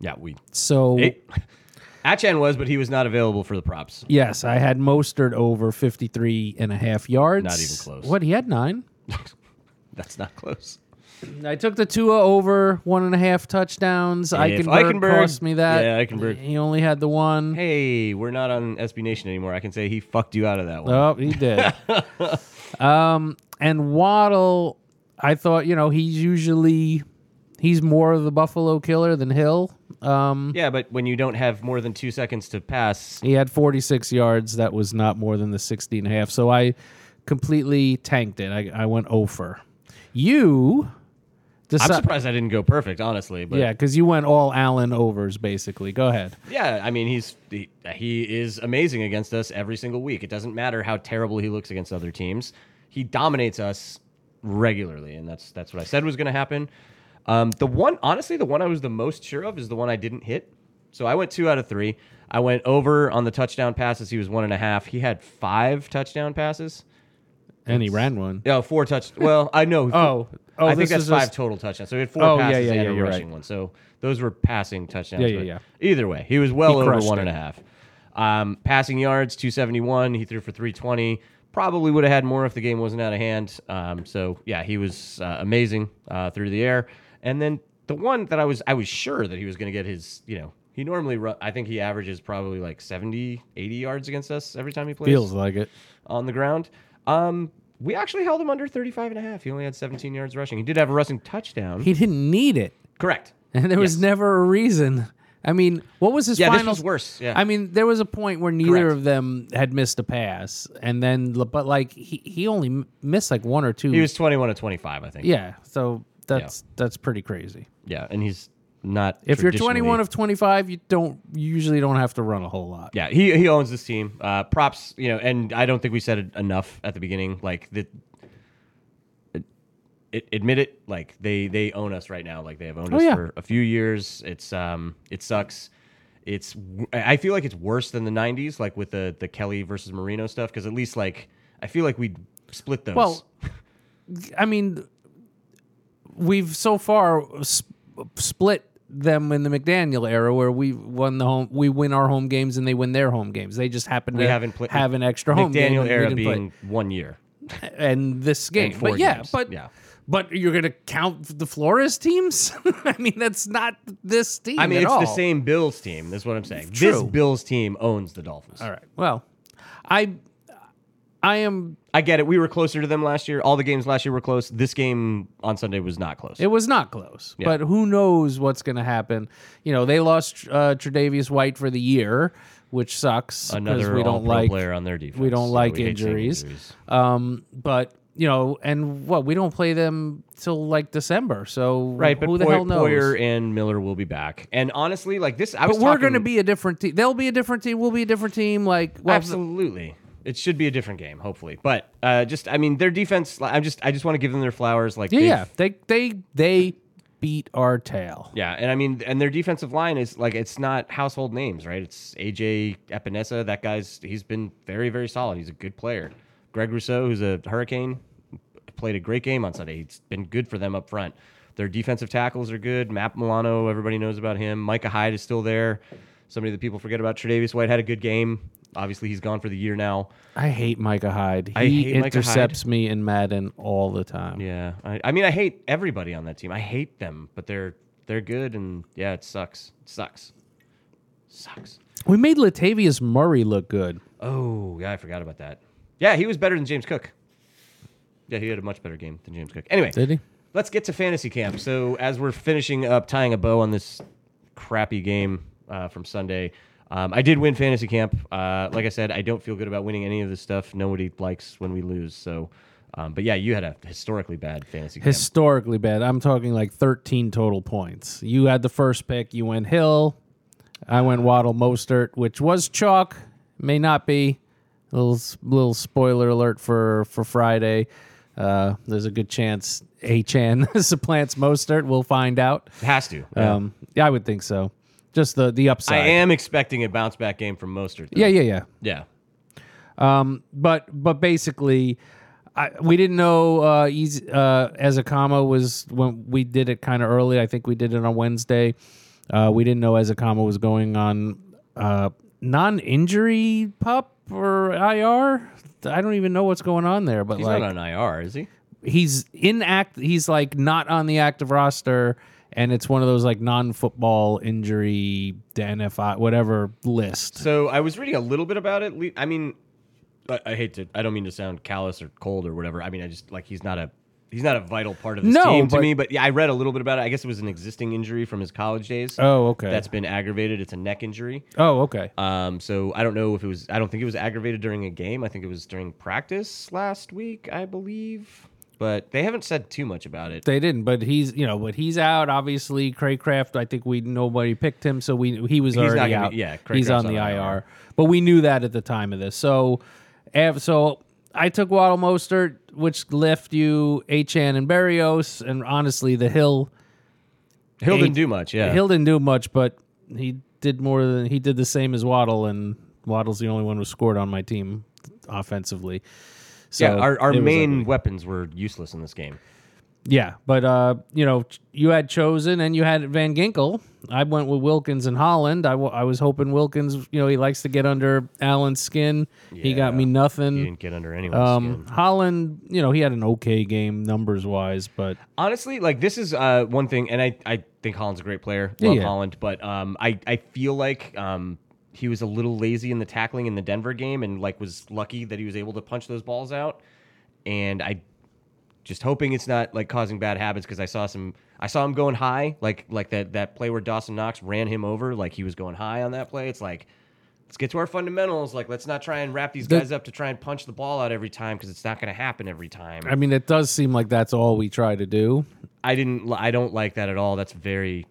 S2: Yeah, we.
S1: So
S2: It, Achan was, but he was not available for the props.
S1: yes, I had Mostert over 53 and a half yards.
S2: Not even close.
S1: What? He had nine.
S2: That's not close.
S1: I took the Tua over one and a half touchdowns.
S2: If
S1: Eichenberg,
S2: Eichenberg-
S1: cost me that.
S2: Yeah, Eichenberg.
S1: He only had the one.
S2: Hey, we're not on SB Nation anymore. I can say he fucked you out of that one.
S1: Oh, he did. um, and Waddle, I thought you know he's usually he's more of the Buffalo killer than Hill. Um,
S2: yeah, but when you don't have more than two seconds to pass,
S1: He had 46 yards. That was not more than the 60 and a half. So I completely tanked it. I, I went over. You
S2: I'm
S1: decided.
S2: surprised I didn't go perfect, honestly. But
S1: Yeah, because you went all Allen overs, basically. Go ahead.
S2: Yeah, I mean he's he, he is amazing against us every single week. It doesn't matter how terrible he looks against other teams. He dominates us regularly, and that's that's what I said was going to happen. Um, the one, honestly, the one I was the most sure of is the one I didn't hit. So I went two out of three. I went over on the touchdown passes. He was one and a half. He had five touchdown passes.
S1: And he ran one.
S2: No, four touch. Well, I know.
S1: Oh. Oh,
S2: I think
S1: this
S2: that's
S1: is
S2: five
S1: just-
S2: total touchdowns. So he had four
S1: Oh, yeah,
S2: passes
S1: yeah,
S2: and
S1: yeah,
S2: a
S1: you're
S2: rushing
S1: right.
S2: one. So those were passing touchdowns.
S1: Yeah, yeah,
S2: but
S1: yeah.
S2: Either way, he was well
S1: He
S2: over
S1: crushed
S2: one and
S1: it.
S2: a half. Um, passing yards, 271. He threw for 320. Probably would have had more if the game wasn't out of hand. Um, so yeah, he was uh, amazing uh, through the air. And then the one that I was, I was sure that he was going to get his, you know, he normally, run, I think he averages probably like 70, 80 yards against us every time he plays
S1: Feels like it.
S2: on the ground. Um, we actually held him under 35 and a half. He only had 17 yards rushing. He did have a rushing touchdown.
S1: He didn't need it.
S2: Correct.
S1: And there was
S2: Yes.
S1: never a reason. I mean, what was his
S2: Yeah, this
S1: final?
S2: was worse. Yeah.
S1: I mean, there was a point where neither
S2: Correct.
S1: of them had missed a pass, and then, but like he, he only m- missed like one or two.
S2: He was 21 to 25, I think. Yeah.
S1: yeah, so that's that's pretty crazy.
S2: and he's not.
S1: If you're
S2: traditionally-
S1: 21 of 25, you don't you usually don't have to run a whole lot.
S2: Yeah, he, he owns this team. Uh, props, you know, and I don't think we said it enough at the beginning. Like the, it, admit it, like they they own us right now. Like they have owned
S1: Oh,
S2: us
S1: yeah.
S2: for a few years. It's um it sucks. It's w- I feel like it's worse than the '90s, like with the the Kelly versus Marino stuff, because at least like I feel like we split those.
S1: Well, I mean, we've so far sp- split them in the McDaniel era, where we won the home, we win our home games, and they win their home games. They just happen to
S2: We haven't pla-
S1: have an extra home game
S2: McDaniel
S1: that oh, we
S2: era
S1: didn't play.
S2: being one year.
S1: and this game.
S2: four
S1: But yeah,
S2: games.
S1: but
S2: Yeah.
S1: but you're gonna count the Flores teams? I mean, that's not this team.
S2: I mean,
S1: at
S2: it's
S1: all.
S2: the same Bills team. That's what I'm saying. This
S1: True.
S2: Bills team owns the Dolphins.
S1: All right. Well, I I am.
S2: I get it. We were closer to them last year. All the games last year were close. This game on Sunday was not close.
S1: It was not close, but who knows what's gonna happen? You know, they lost uh, Tre'Davious White for the year, which sucks because
S2: Another
S1: we don't
S2: all-pro
S1: like.
S2: player on their defense.
S1: we don't
S2: Yeah,
S1: like
S2: hate seeing
S1: injuries. Um, but you know, and what we don't play them till like December, so
S2: Right, but
S1: who the
S2: Poy-
S1: hell knows?
S2: Poyer and Miller will be back. And honestly, like this, I was
S1: But we're going to
S2: talking-
S1: be a different team. They'll be a different team. We'll be a different team. Like, well,
S2: absolutely. It should be a different game, hopefully. But uh, just, I mean, their defense. like, I'm just, I just want to give them their flowers. Like,
S1: yeah,
S2: they've-
S1: yeah. They they they beat our tail.
S2: Yeah, and I mean, and their defensive line is like it's not household names, right? It's AJ Epinesa. That guy's he's been very, very solid. He's a good player. Greg Rousseau, who's a Hurricane, played a great game on Sunday. He's been good for them up front. Their defensive tackles are good. Matt Milano, everybody knows about him. Micah Hyde is still there. Somebody that people forget about. Tre'Davious White had a good game. Obviously, he's gone for the year now.
S1: I hate Micah Hyde. He
S2: I hate Micah
S1: intercepts me in Madden all the time.
S2: Yeah, I, I mean, I hate everybody on that team. I hate them, but they're they're good, and yeah, it sucks. It sucks. Sucks.
S1: We made Latavius Murray look good.
S2: Oh, yeah, I forgot about that. Yeah, he was better than James Cook. Yeah, he had a much better game than James Cook. Anyway,
S1: Did he?
S2: let's get to fantasy camp. So as we're finishing up tying a bow on this crappy game uh, from Sunday, um, I did win fantasy camp. Uh, like I said, I don't feel good about winning any of this stuff. Nobody likes when we lose. So, um, but yeah, you had a historically bad fantasy camp.
S1: Historically bad. I'm talking like 13 total points. You had the first pick. You went Hill. I went Waddle Mostert, which was chalk. May not be. Little s- little spoiler alert for for Friday. Uh, there's a good chance Achan supplants Mostert. We'll find out.
S2: Has to. yeah.
S1: Um, yeah, I would think so. Just the the
S2: I
S1: upside.
S2: am expecting a bounce back game from Mostert. though.
S1: Yeah, yeah, yeah.
S2: Yeah.
S1: but but basically I, we didn't know uh, easy, uh, as a comma was when we did it kind of early. I think we did it on Wednesday. Uh, we didn't know as a comma was going on uh, non-injury pup or IR. I don't even know what's going on there, but
S2: He's
S1: like
S2: not on IR, is he?
S1: he's in act. He's like not on the active roster, and it's one of those like non-football injury to NFI whatever list.
S2: So I was reading a little bit about it. Le- I mean, I, I hate to. I don't mean to sound callous or cold or whatever. I mean, I just like he's not a he's not a vital part of this
S1: No,
S2: team to
S1: but-
S2: me. But yeah, I read a little bit about it. I guess it was an existing injury from his college days.
S1: oh okay.
S2: That's been aggravated. It's a neck injury.
S1: oh okay.
S2: Um, so I don't know if it was. I don't think it was aggravated during a game. I think it was during practice last week, I believe. But they haven't said too much about it.
S1: They didn't, but he's you know, but he's out. Obviously, Craycraft. I think we nobody picked him, so we he was
S2: He's not
S1: already
S2: gonna
S1: out.
S2: be- yeah,
S1: he's
S2: Craycraft's
S1: on the
S2: on
S1: IR.
S2: IR.
S1: but we knew that at the time of this. So, av- so I took Waddle Mostert, which left you Achan and Barrios, and honestly, the Hill
S2: Hill
S1: Eight-
S2: didn't do much. Yeah,
S1: Hill didn't do much, but he did more than he did the same as Waddle, and Waddle's the only one who scored on my team offensively. So
S2: yeah. Our our
S1: it was
S2: main weapons were useless in this game.
S1: Yeah, but uh, you know, ch- you had chosen and you had Van Ginkel. I went with Wilkins and Holland. I wa- I was hoping Wilkins, you know, he likes to get under Allen's skin. He got
S2: Yeah.
S1: me
S2: You
S1: nothing.
S2: didn't get under anyone's skin.
S1: Um, Holland, you know, he had an okay game numbers wise, but
S2: honestly, like this is uh, one thing, and I, I think Holland's a great player. Love
S1: Yeah.
S2: Holland, but um, I, I feel like um, he was a little lazy in the tackling in the Denver game, and like was lucky that he was able to punch those balls out. And I just hoping it's not like causing bad habits because I saw some, I saw him going high, like like that that play where Dawson Knox ran him over, like he was going high on that play. It's like. Let's get to our fundamentals. Like, let's not try and wrap these
S1: The-
S2: guys up to try and punch the ball out every time because it's not going to happen every time.
S1: I mean, it does seem like that's all we try to do.
S2: I didn't. I don't like that at all. That's very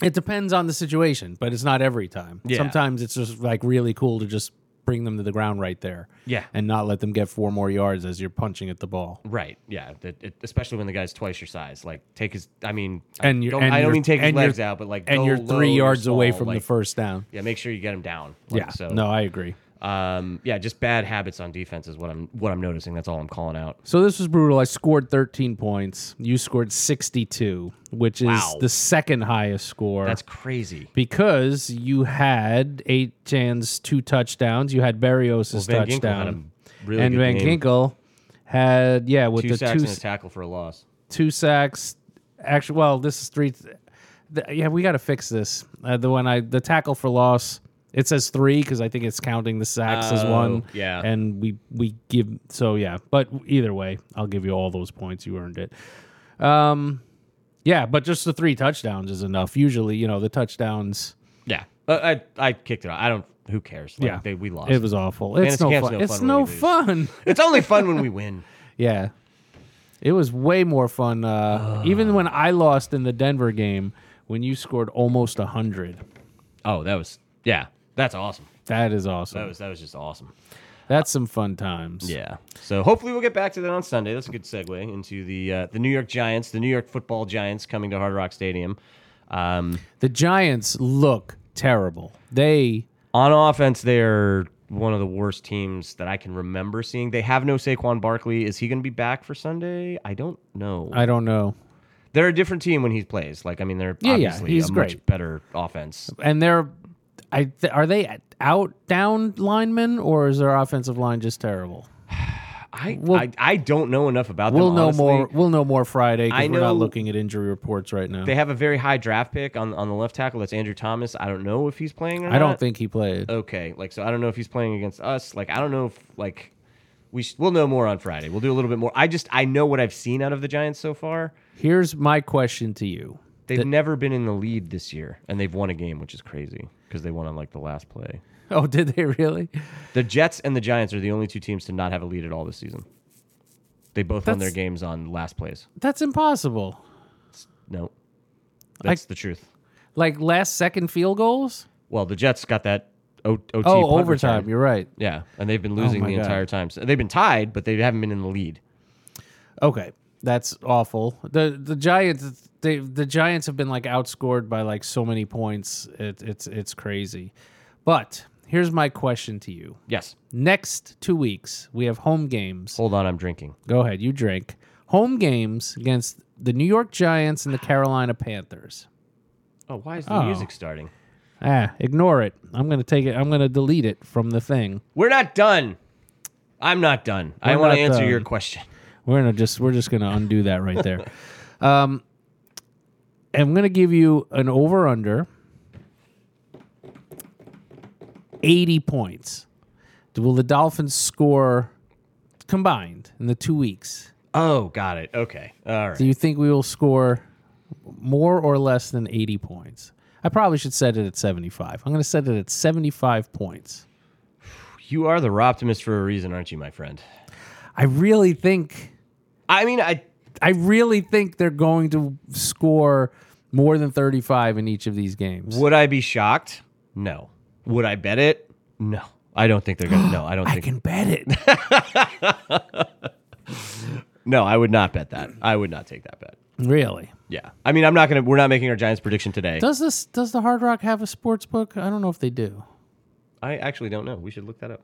S1: It depends on the situation, but it's not every time.
S2: Yeah.
S1: Sometimes it's just like really cool to just bring them to the ground right there.
S2: Yeah.
S1: And not let them get four more yards as you're punching at the ball.
S2: Right. Yeah. That it, especially when the guy's twice your size. Like take his. I mean,
S1: And
S2: I
S1: you're-
S2: don't,
S1: and
S2: I don't
S1: you're-
S2: mean take his
S1: and you're-
S2: legs out, but like
S1: And
S2: go
S1: you're
S2: low
S1: three
S2: or
S1: yards away
S2: small,
S1: from the
S2: like,
S1: first down.
S2: Yeah. Make sure you get him down. Like,
S1: yeah.
S2: So.
S1: No, I agree.
S2: Um. Yeah. Just bad habits on defense is what I'm what I'm noticing. That's all I'm calling out.
S1: So this was brutal. I scored 13 points. You scored 62, which is
S2: Wow.
S1: the second highest score.
S2: That's crazy.
S1: because you had eight Chan's two touchdowns. You had Barrios'
S2: Van Ginkel had
S1: touchdown.
S2: a really
S1: and
S2: good
S1: Van
S2: game.
S1: Ginkel had, yeah, with
S2: two
S1: the
S2: sacks
S1: two,
S2: and a tackle for a loss.
S1: two sacks. Actually, well, this is three. th- yeah, we got to fix this. Uh, the one I, the tackle for loss, it says three because I think it's counting the sacks as
S2: Oh,
S1: one.
S2: yeah.
S1: And we, we give, so yeah. But either way, I'll give you all those points. You earned it. Um, yeah, but just the three touchdowns is enough. Usually, you know, the touchdowns.
S2: Yeah. But I Uh, I kicked it. Out. I don't. Who cares? Like,
S1: Yeah.
S2: They, we lost.
S1: It was awful. It's
S2: Fantasy
S1: no
S2: camp's
S1: fun.
S2: no
S1: It's
S2: fun
S1: no
S2: when we lose.
S1: fun.
S2: it's only fun when we win.
S1: Yeah. It was way more fun. Uh, Even when I lost in the Denver game, when you scored almost 100.
S2: Oh, that was. Yeah. That's awesome.
S1: That is awesome.
S2: That was that was just awesome.
S1: That's some fun times.
S2: Yeah. So hopefully we'll get back to that on Sunday. That's a good segue into the uh, the New York Giants, the New York Football Giants coming to Hard Rock Stadium. Um,
S1: The Giants look terrible. They
S2: on offense, they're one of the worst teams that I can remember seeing. They have no Saquon Barkley. Is he going to be back for Sunday? I don't know.
S1: I don't know.
S2: they're a different team when he plays. Like I mean, they're
S1: Yeah, yeah,
S2: obviously
S1: he's
S2: a
S1: great.
S2: much better offense.
S1: And they're I th- are they out down linemen or is their offensive line just terrible?
S2: I
S1: Well-
S2: I, I don't know enough about
S1: We'll
S2: them.
S1: know
S2: honestly.
S1: more we'll know more Friday
S2: I
S1: cuz we're not
S2: know-
S1: looking at injury reports right now.
S2: They have a very high draft pick on on the left tackle. That's Andrew Thomas. I don't know if he's playing. or
S1: I
S2: not. Uh,
S1: don't think he played.
S2: okay like so i don't know if he's playing against us like i don't know if like we sh- we'll know more on Friday. We'll do a little bit more. I just I know what I've seen out of the Giants so far.
S1: Here's my question to you.
S2: They've never been in the lead this year, and they've won a game, which is crazy because they won on like the last play.
S1: Oh, did they really?
S2: The Jets and the Giants are the only two teams to not have a lead at all this season. They both won their
S1: That's-
S2: games on last plays.
S1: That's impossible.
S2: No,
S1: I-
S2: that's the truth.
S1: Like last second field goals?
S2: Well, the Jets got that o- OT punt
S1: Oh,
S2: return.
S1: overtime. You're right.
S2: Yeah, and they've been losing
S1: my
S2: the
S1: God.
S2: entire time. So they've been tied, but they haven't been in the lead.
S1: Okay, that's awful. the The Giants, they the Giants have been like outscored by like so many points. It, it's it's crazy. But here's my question to you:
S2: Yes.
S1: Next two weeks, we have home games.
S2: Hold on, I'm drinking.
S1: Go ahead, you drink. Home games against the New York Giants and the Carolina Panthers.
S2: Oh, why is the
S1: Oh.
S2: music starting?
S1: Ah, ignore it. I'm gonna take it. I'm gonna delete it from the thing.
S2: We're not done. I'm not done. I
S1: We're
S2: want
S1: not
S2: to answer
S1: done.
S2: your question.
S1: We're gonna just we're just gonna undo that right there. Um, I'm gonna give you an over under eighty points. Will the Dolphins score combined in the two weeks?
S2: Oh, got it. Okay. All right.
S1: Do you think we will score more or less than eighty points? I probably should set it at seventy five. I'm gonna set it at seventy five points.
S2: You are the optimist for a reason, aren't you, my friend?
S1: I really think
S2: I mean, I
S1: I really think they're going to score more than 35 in each of these games.
S2: would I be shocked? No. Would I bet it? No. I don't think they're gonna. No, I don't
S1: I
S2: think.
S1: can bet it.
S2: No, I would not bet that. I would not take that bet.
S1: really?
S2: Yeah. I mean, I'm not gonna. We're not making our Giants prediction today.
S1: Does this does the Hard Rock have a sports book? I don't know if they do.
S2: I actually don't know. We should look that up.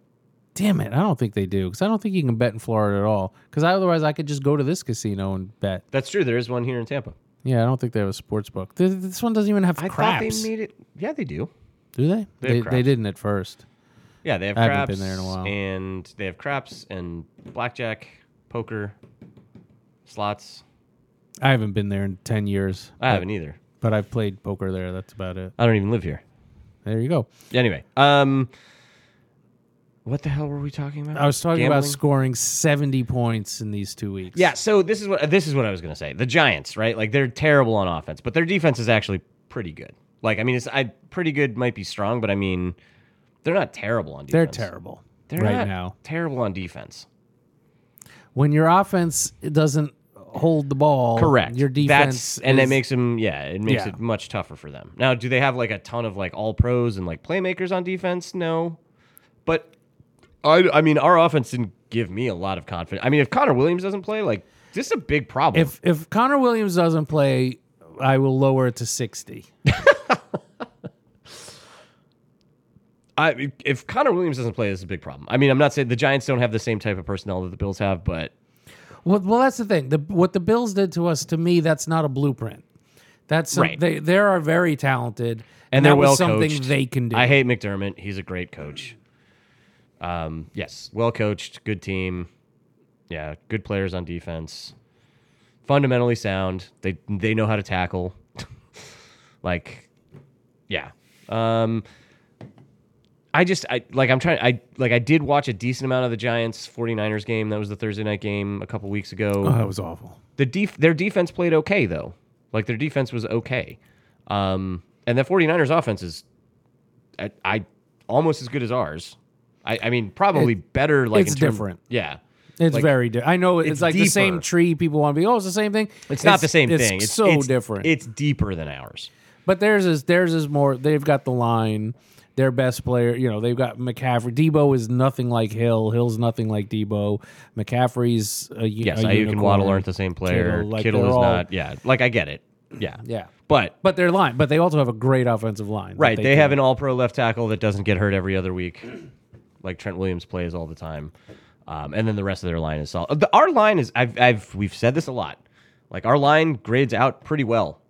S1: Damn it, I don't think they do because I don't think you can bet in Florida at all. Because otherwise, I could just go to this casino and bet.
S2: That's true. There is one here in Tampa.
S1: Yeah, I don't think they have a sports book. Th- This one doesn't even have
S2: I
S1: craps.
S2: thought they made it. Yeah, they do.
S1: do they?
S2: They have
S1: They,
S2: craps.
S1: didn't at first.
S2: Yeah, they have
S1: I haven't
S2: craps.
S1: been there in a while.
S2: And they have craps and blackjack, poker, slots.
S1: I haven't been there in ten years,
S2: I haven't either.
S1: but I've played poker there. That's about it.
S2: I don't even live here.
S1: There you go.
S2: Anyway, um, what the hell were we talking about?
S1: I was talking about
S2: Gambling?
S1: scoring seventy points in these two weeks.
S2: Yeah, so this is what this is what I was gonna say. The Giants, right? Like they're terrible on offense, but their defense is actually pretty good. Like I mean, it's I pretty good might be strong, but I mean, they're not terrible on
S1: They're
S2: defense.
S1: terrible
S2: They're
S1: right
S2: not
S1: now.
S2: terrible on defense.
S1: When your offense doesn't hold the ball,
S2: Correct.
S1: Your defense
S2: That's, and
S1: is,
S2: it makes them yeah, it makes
S1: Yeah.
S2: it much tougher for them. Now, do they have like a ton of like all pros and like playmakers on defense? No, but I I mean our offense didn't give me a lot of confidence. I mean, if Connor Williams doesn't play, like this is a big problem.
S1: if if Connor Williams doesn't play, I will lower it to sixty.
S2: I if Connor Williams doesn't play, this is a big problem. I mean, I'm not saying the Giants don't have the same type of personnel that the Bills have, but
S1: Well, well, that's the thing. The, what the Bills did to us, to me, that's not a blueprint. That's some-
S2: Right.
S1: They they are very talented,
S2: and
S1: that
S2: they're
S1: was
S2: well
S1: something
S2: coached.
S1: they can do.
S2: I hate McDermott. He's a great coach. Um, yes, well coached, good team. Yeah, good players on defense. Fundamentally sound. They they know how to tackle. like, yeah. Um, I just I like I'm trying I like I did watch a decent amount of the Giants 49ers game. That was the Thursday night game a couple weeks ago.
S1: oh, that was awful.
S2: The def- their defense played okay though. Like their defense was okay. Um, and the 49ers offense is I, I almost as good as ours. I, I mean probably better like
S1: it's
S2: in term-
S1: different.
S2: Yeah.
S1: It's
S2: Like,
S1: very. Di- I know it's,
S2: it's
S1: like the
S2: deeper.
S1: same tree. People want to be. Oh, it's the same thing.
S2: It's not the same
S1: it's
S2: thing. It's
S1: so
S2: it's-
S1: different.
S2: It's deeper than ours.
S1: But theirs is theirs is more. They've got the line. Their best player, you know, they've got McCaffrey. Debo is nothing like Hill. Hill's nothing like Debo. McCaffrey's a, u-
S2: Yes,
S1: a
S2: Ayuk and Waddle
S1: unicorn.
S2: aren't the same player.
S1: Kittle,
S2: Kittle,
S1: like, they're
S2: is
S1: all-
S2: not. Yeah. Like I get it. Yeah.
S1: Yeah,
S2: But
S1: but their line. But they also have a great offensive line. that
S2: right, they,
S1: can-
S2: have an all-pro left tackle that doesn't get hurt every other week. Like Trent Williams plays all the time. Um, and then the rest of their line is solid. The- Our line is I've, I've we've said this a lot. Like our line grades out pretty well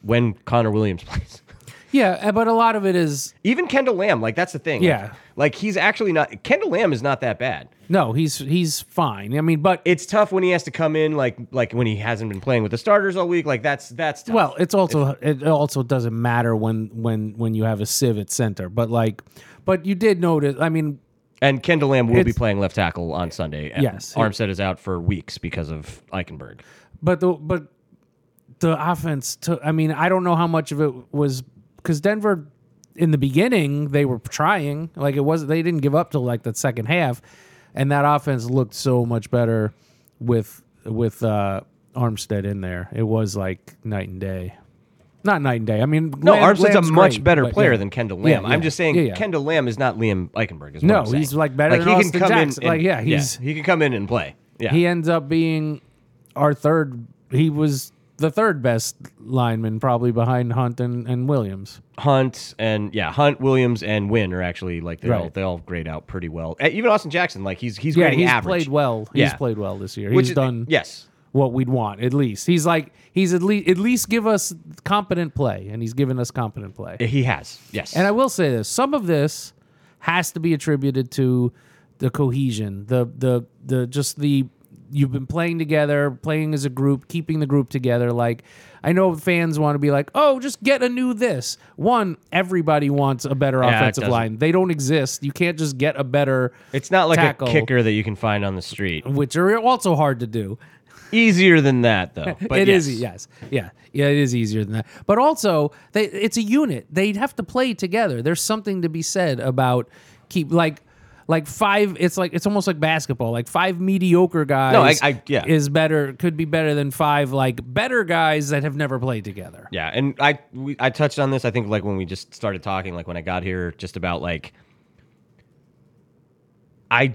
S2: when Connor Williams plays.
S1: Yeah, uh, but a lot of it is
S2: Even Kendall Lamb, like that's the thing. Like-
S1: Yeah.
S2: Like, he's actually not Kendall Lamb is not that bad.
S1: no. He's he's fine. I mean, but
S2: It's tough when he has to come in like like when he hasn't been playing with the starters all week. Like that's that's tough.
S1: well, it's also it also doesn't matter when when when you have a sieve at center. But like, but you did notice. I mean,
S2: And Kendall Lamb will be
S1: It's-
S2: playing left tackle on Sunday. And
S1: Yes.
S2: Armstead is out for weeks because of Eichenberg.
S1: But the but the offense took. I mean, I don't know how much of it was because Denver in the beginning they were trying. Like it was they didn't give up till like the second half, and that offense looked so much better with with uh, Armstead in there. It was like night and day. Not night and day. I mean,
S2: No,
S1: Lamb-
S2: Armstead's
S1: Lamb's
S2: a much
S1: great,
S2: better
S1: but
S2: player
S1: yeah.
S2: than Kendall
S1: Yeah,
S2: Lamb. I'm
S1: yeah.
S2: just saying
S1: Yeah, yeah.
S2: Kendall Lamb is not Liam Eichenberg. Is what
S1: No,
S2: I'm saying.
S1: he's, like, better than Austin Jackson. Like, yeah, he's-
S2: he can come in and play. Yeah,
S1: he ends up being our third. He was the third best lineman, probably behind Hunt and, and Williams.
S2: Hunt and yeah, Hunt Williams and Wynn are actually like they all
S1: Right.
S2: they all grade out pretty well. Uh, Even Austin Jackson, like he's he's
S1: Yeah,
S2: grading
S1: he's
S2: average.
S1: played well. He's
S2: Yeah.
S1: played well this year.
S2: which
S1: he's
S2: is-
S1: done
S2: Yes,
S1: what we'd want at least. He's like he's at least at least give us competent play, and he's given us competent play.
S2: he has. Yes,
S1: And I will say this: some of this has to be attributed to the cohesion, the the the just the you've been playing together, playing as a group, keeping the group together. Like I know fans want to be like, oh, just get a new this. One, everybody wants a better
S2: Yeah, it
S1: offensive
S2: doesn't-
S1: line. They don't exist. You can't just get a better.
S2: it's not like
S1: tackle,
S2: a kicker that you can find on the street.
S1: which are also hard to do.
S2: Easier than that though. But
S1: It
S2: yes.
S1: is, yes. yeah, yeah. It is easier than that, but also they, it's a unit. They have to play together. There's something to be said about keep like like five. It's like it's almost like basketball. Like five mediocre guys.
S2: No, I- I- yeah.
S1: is better. Could be better than five like better guys that have never played together.
S2: Yeah, and I we, I touched on this. I think like when we just started talking, like when I got here, just about like I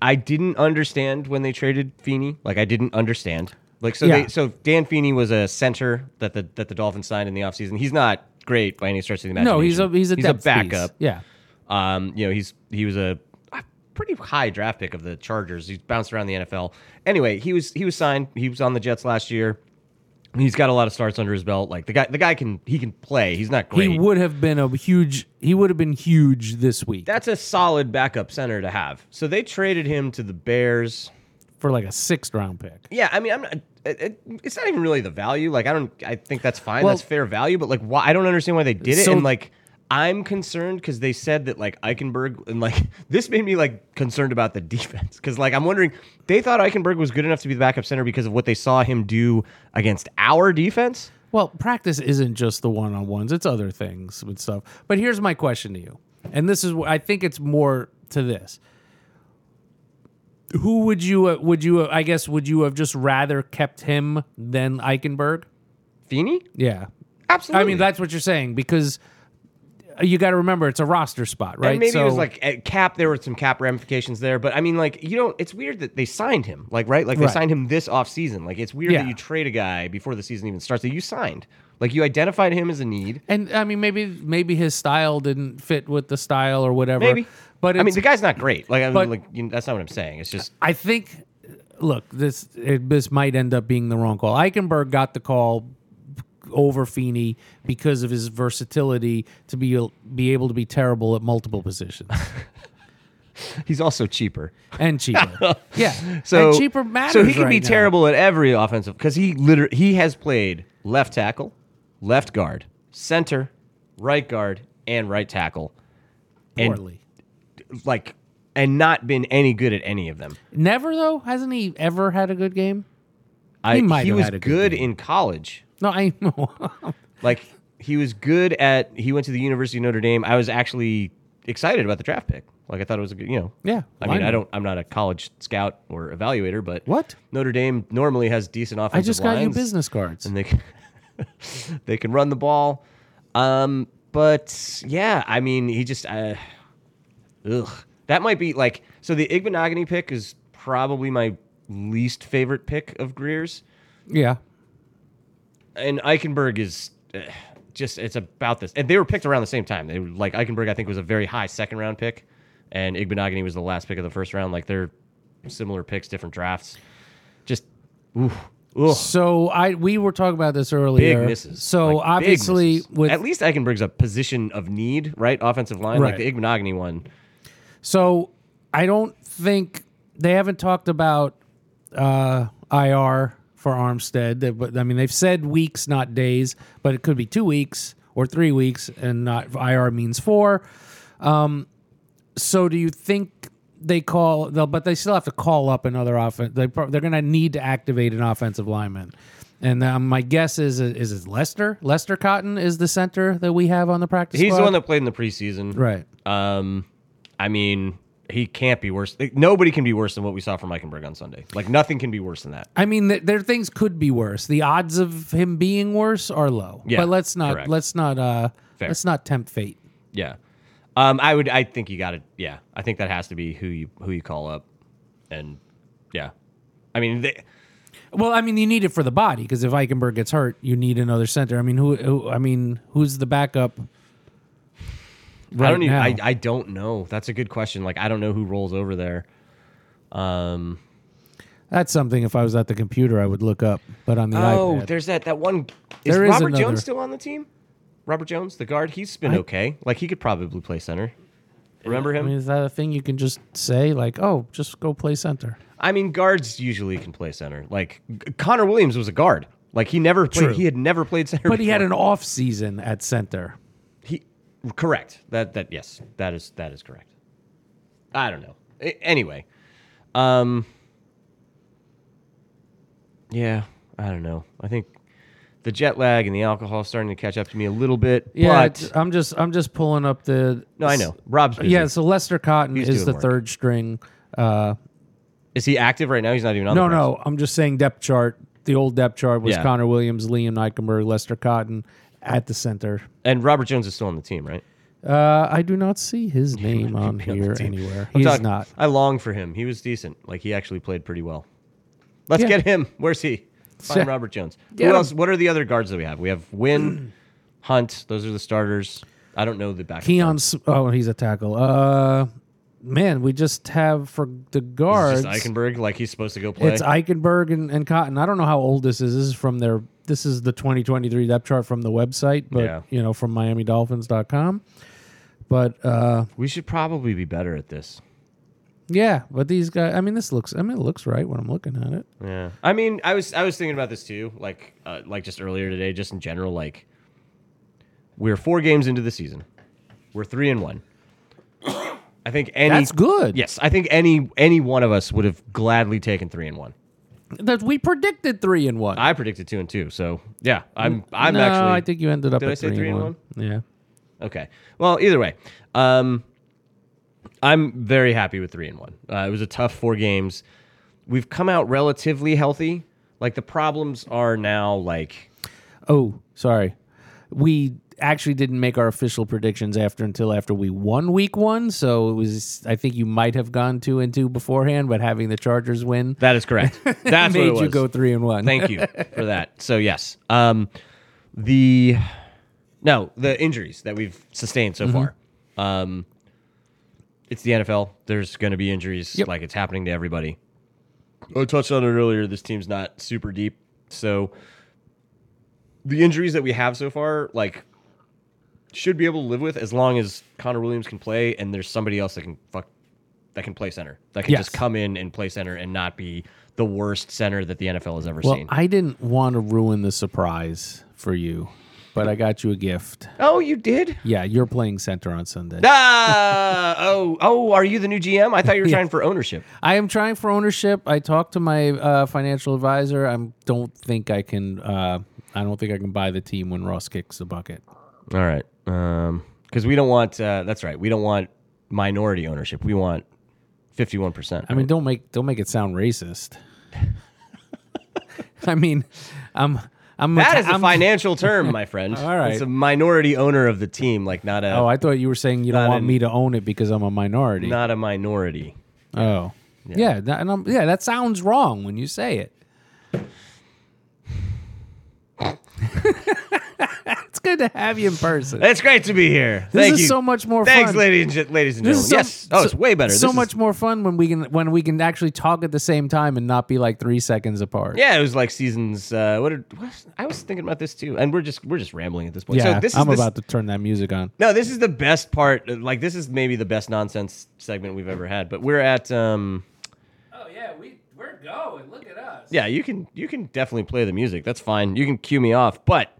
S2: I didn't understand when they traded Feeney. Like I didn't understand. Like so
S1: Yeah.
S2: they so Dan Feeney was a center that the that the Dolphins signed in the offseason. He's not great by any stretch of the imagination.
S1: No, he's a he's a
S2: he's a
S1: depth piece.
S2: backup.
S1: Yeah,
S2: Um, you know, he's he was a, a pretty high draft pick of the Chargers. He's bounced around the NFL. Anyway, he was he was signed. He was on the Jets last year. He's got a lot of starts under his belt. Like the guy, the guy can he can play. He's not great.
S1: he would have been a huge. He would have been huge this week
S2: That's a solid backup center to have. So they traded him to the Bears.
S1: for like a sixth round pick.
S2: Yeah, I mean, I'm not. It, it- it's not even really the value. Like, I don't. I think that's fine.
S1: Well-
S2: that's fair value. But like, why? I don't understand why they did it.
S1: So-
S2: and like, I'm concerned because they said that like Eichenberg and like this made me like concerned about the defense because like I'm wondering they thought Eichenberg was good enough to be the backup center because of what they saw him do against our defense.
S1: Well, practice isn't just the one on ones, it's other things and stuff. But here's my question to you. And this is wh- I think it's more to this. Who would you uh, would you uh, I guess would you have just rather kept him than Eichenberg?
S2: Feeney,
S1: Yeah.
S2: absolutely.
S1: I mean, that's what you're saying because uh, you got to remember it's a roster spot, right?
S2: And maybe it was
S1: So-
S2: like at cap. There were some cap ramifications there, but I mean, like you don't. It's weird that they signed him. Like right, like
S1: Right.
S2: they signed him this offseason. Like it's weird
S1: Yeah.
S2: that you trade a guy before the season even starts that you signed. Like you identified him as a need.
S1: and I mean maybe maybe his style didn't fit with the style or whatever.
S2: Maybe,
S1: But
S2: I mean,
S1: it's-
S2: the guy's not great. Like, I mean,
S1: but-
S2: like you that's not what I'm saying. It's just
S1: I think, look, this it, this might end up being the wrong call. Eichenberg got the call over Feeney because of his versatility to be be able to be terrible at multiple positions
S2: he's also cheaper.
S1: and cheaper. yeah,
S2: So
S1: and cheaper matters.
S2: So he can be
S1: right now.
S2: terrible at every offensive because he literally he has played left tackle, left guard, center, right guard, and right tackle, and
S1: poorly.
S2: like and not been any good at any of them.
S1: Never though, hasn't he ever had a good game?
S2: I,
S1: He might have
S2: was
S1: had a good
S2: good
S1: game.
S2: in college.
S1: No, I know.
S2: Like he was good at. He went to the University of Notre Dame. I was actually excited about the draft pick. Like I thought it was a good. You know.
S1: Yeah,
S2: I mean, I
S1: lineman.
S2: don't. I'm not a college scout or evaluator, but
S1: What?
S2: Notre Dame normally has decent offensive.
S1: I just got you
S2: lines,
S1: business cards.
S2: and they can, they can run the ball. Um, but yeah, I mean, he just uh, ugh. That might be like so. The Igbenogany pick is probably my least favorite pick of Greer's
S1: yeah,
S2: and Eichenberg is uh, just it's about this. And they were picked around the same time. They were, like Eichenberg, I think, was a very high second round pick, and Igbenogany was the last pick of the first round. Like they're similar picks, different drafts. Just ooh, ooh
S1: so I we were talking about this
S2: big
S1: earlier.
S2: misses.
S1: So
S2: Like, big
S1: obviously,
S2: misses.
S1: with
S2: at least Eichenberg's a position of need, right? Offensive line, like
S1: Right.
S2: the Igbenogany one.
S1: So I don't think they haven't talked about uh, IR for Armstead. They- But I mean, they've said weeks, not days, but it could be two weeks or three weeks, and not IR means four. Um, so do you think they call they'll but they still have to call up another offense. They pro- they're going to need to activate an offensive lineman. And um, my guess is is it Lester? Lester Cotton is the center that we have on the practice.
S2: He's the
S1: squad?
S2: one that played in the preseason.
S1: right.
S2: Um, I mean, he can't be worse. like, nobody can be worse than what we saw from Eichenberg on Sunday. Like nothing can be worse than that.
S1: I mean, th- there things could be worse. The odds of him being worse are low.
S2: Yeah,
S1: but let's not
S2: correct.
S1: let's not uh
S2: Fair.
S1: let's not tempt fate.
S2: Yeah. Um, I would. I think you got to. Yeah, I think that has to be who you who you call up, and yeah, I mean, they,
S1: Well, I mean, you need it for the body because if Eichenberg gets hurt, you need another center. I mean, who? who I mean, who's the backup?
S2: I don't. Even,
S1: now?
S2: I I don't know. That's a good question. Like I don't know who rolls over there. Um.
S1: That's something. If I was at the computer, I would look up. But on the
S2: Oh,
S1: iPad,
S2: there's that that one. Is
S1: There is
S2: Robert
S1: another-
S2: Jones still on the team? Robert Jones, the guard. He's been okay. Like he could probably play center. Remember
S1: I
S2: him?
S1: mean, is that a thing you can just say like, "Oh, just go play center"?
S2: I mean, guards usually can play center. Like G- Connor Williams was a guard. Like he never played.
S1: True.
S2: He had never played center.
S1: But he had
S2: before.
S1: an off season at center.
S2: he correct that that yes that is that is correct. I don't know. A- anyway, um, yeah, I don't know. I think the jet lag and the alcohol is starting to catch up to me a little bit.
S1: Yeah,
S2: but,
S1: it's- I'm just I'm just pulling up the.
S2: no, I know Rob's. Busy.
S1: Yeah, so Lester Cotton
S2: He's
S1: is
S2: doing
S1: the
S2: work.
S1: third string. Uh,
S2: is he active right now? He's not even on.
S1: no,
S2: the practice.
S1: no, I'm just saying depth chart. The old depth chart was
S2: Yeah.
S1: Connor Williams, Liam Eichenberg, Lester Cotton at the center.
S2: And Robert Jones is still on the team, right?
S1: Uh, I do not see his name on
S2: be on the
S1: here
S2: team.
S1: anywhere.
S2: I'm
S1: He's
S2: talking-
S1: not.
S2: I long for him. He was decent. Like he actually played pretty well. Let's
S1: Yeah.
S2: get him. Where's he? Find
S1: Yeah.
S2: Robert Jones.
S1: Get
S2: Who
S1: him.
S2: else? What are the other guards that we have? We have Win, Hunt. Those are the starters. I don't know the back.
S1: Keon. S- Oh, he's a tackle. Uh, man, we just have for the guards.
S2: It's just Eichenberg. Like he's supposed to go play.
S1: It's Eichenberg and, and Cotton. I don't know how old this is. This is from their this is the 2023 depth chart from the website, but
S2: Yeah.
S1: you know, from miamidolphins.com. But uh
S2: we should probably be better at this.
S1: yeah, but these guys I mean this looks I mean it looks right when I'm looking at it.
S2: Yeah. I mean, I was I was thinking about this too. Like uh, like just earlier today, just in general. Like we're four games into the season. We're three and one. I think any
S1: That's good.
S2: Yes, I think any any one of us would have gladly taken three and one.
S1: That we predicted 3 and 1.
S2: I predicted two and two, so yeah, I'm I'm
S1: no,
S2: actually
S1: I think you ended up
S2: Did
S1: at
S2: I say
S1: 3,
S2: three
S1: and
S2: and
S1: 1. Yeah.
S2: okay. Well, either way, um, I'm very happy with three and one. Uh, it was a tough four games. We've come out relatively healthy. Like the problems are now like
S1: Oh, sorry. We actually didn't make our official predictions after until after we won week 1, so it was I think you might have gone 2 and 2 beforehand, but having the Chargers win
S2: that is correct. That's
S1: made
S2: what
S1: you
S2: it was.
S1: go 3 and 1.
S2: Thank you for that. So yes, um, the no the injuries that we've sustained
S1: Mm-hmm.
S2: so far. Um, it's the NFL. There's going to be injuries.
S1: Yep.
S2: Like it's happening to everybody. I Oh, touched on it earlier. This team's not super deep, so the injuries that we have so far, like, should be able to live with as long as Connor Williams can play and there's somebody else that can fuck that can play center that can
S1: Yes.
S2: just come in and play center and not be the worst center that the NFL has ever
S1: Well,
S2: seen.
S1: I didn't want to ruin the surprise for you, but I got you a gift.
S2: Oh, you did?
S1: Yeah, you're playing center on Sunday.
S2: Ah, oh, oh, are you the new GM? I thought you were trying for ownership.
S1: I am trying for ownership. I talked to my uh, financial advisor. I don't think I can. Uh, I don't think I can buy the team when Ross kicks the bucket.
S2: All right. Um, because we don't want. Uh, that's right. We don't want minority ownership. We want fifty-one percent.
S1: I mean, don't make don't make it sound racist. I mean, I'm I'm
S2: that is a
S1: I'm-
S2: financial term, my friend.
S1: All right.
S2: It's a minority owner of the team, like not a
S1: Oh, I thought you were saying you don't want
S2: in-
S1: me to own it because I'm a minority.
S2: not a minority.
S1: Oh, yeah, that, and I'm, yeah, that sounds wrong when you say it. it's good to have you in person.
S2: It's great to be here.
S1: This
S2: Thank
S1: is
S2: you.
S1: so much more
S2: Thanks,
S1: fun.
S2: ladies and gen- ladies and
S1: This
S2: gentlemen.
S1: is so-
S2: yes. Oh, it's way better.
S1: So
S2: This is-
S1: much more fun when we can when we can actually talk at the same time and not be like three seconds apart.
S2: Yeah, it was like seasons. Uh, what, did, what? I was thinking about this too, and we're just we're just rambling at this point.
S1: Yeah,
S2: so this is
S1: I'm
S2: this,
S1: about to turn that music on.
S2: No, this is the best part. uh, Like this is maybe the best nonsense segment we've ever had. But we're at um
S1: Oh yeah, we we're going. Look at us.
S2: yeah, you can you can definitely play the music. That's fine. You can cue me off. But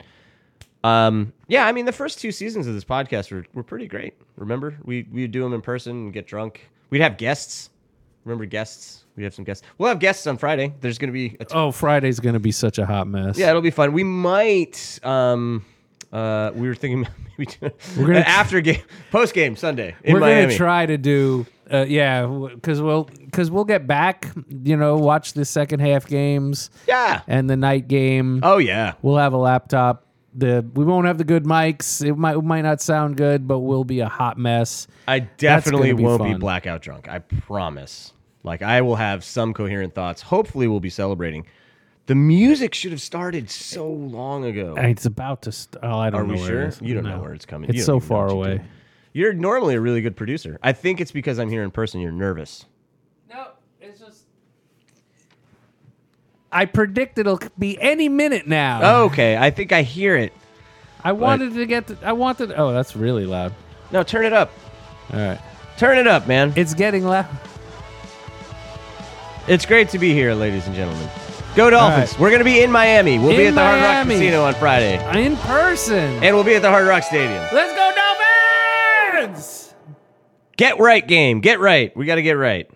S2: um yeah, I mean the first two seasons of this podcast were, were pretty great. Remember? We we would do them in person and get drunk. We'd have guests. Remember guests? We'd have some guests. We'll have guests on Friday. There's going to be a t-
S1: Oh, Friday's gonna be such a hot mess.
S2: yeah, it'll be fun. We might. Um, uh, we were thinking maybe do
S1: We're gonna
S2: an after game, post game Sunday in
S1: we're
S2: Miami.
S1: gonna try to do uh, yeah because we'll because we'll get back you know watch the second half games
S2: Yeah.
S1: and the night game
S2: Oh yeah.
S1: we'll have a laptop the we won't have the good mics it might it might not sound good but we'll be a hot mess
S2: I definitely
S1: gonna be
S2: won't be
S1: fun.
S2: blackout drunk. I promise. Like I will have some coherent thoughts. Hopefully, we'll be celebrating. The music should have started so long ago.
S1: And it's about to st- oh I don't
S2: Are
S1: know
S2: we
S1: where
S2: sure?
S1: it is.
S2: You don't
S1: No.
S2: know where it's coming.
S1: it's
S2: You don't
S1: so
S2: even know
S1: far
S2: what you do.
S1: away
S2: You're normally a really good producer. I think it's because I'm here in person. You're nervous.
S1: no it's just I predict it'll be any minute now.
S2: Okay, I think I hear it.
S1: I wanted to get. The, I wanted. Oh, that's really loud.
S2: No, turn it up.
S1: All right,
S2: Turn it up, man.
S1: it's getting loud.
S2: It's great to be here, ladies and gentlemen. Go Dolphins. We're going to be in Miami. We'll be
S1: In
S2: at the Hard Rock
S1: Miami.
S2: Casino on Friday.
S1: in person.
S2: And we'll be at the Hard Rock Stadium.
S1: Let's go Dolphins!
S2: Get right game. Get right. We got to get right.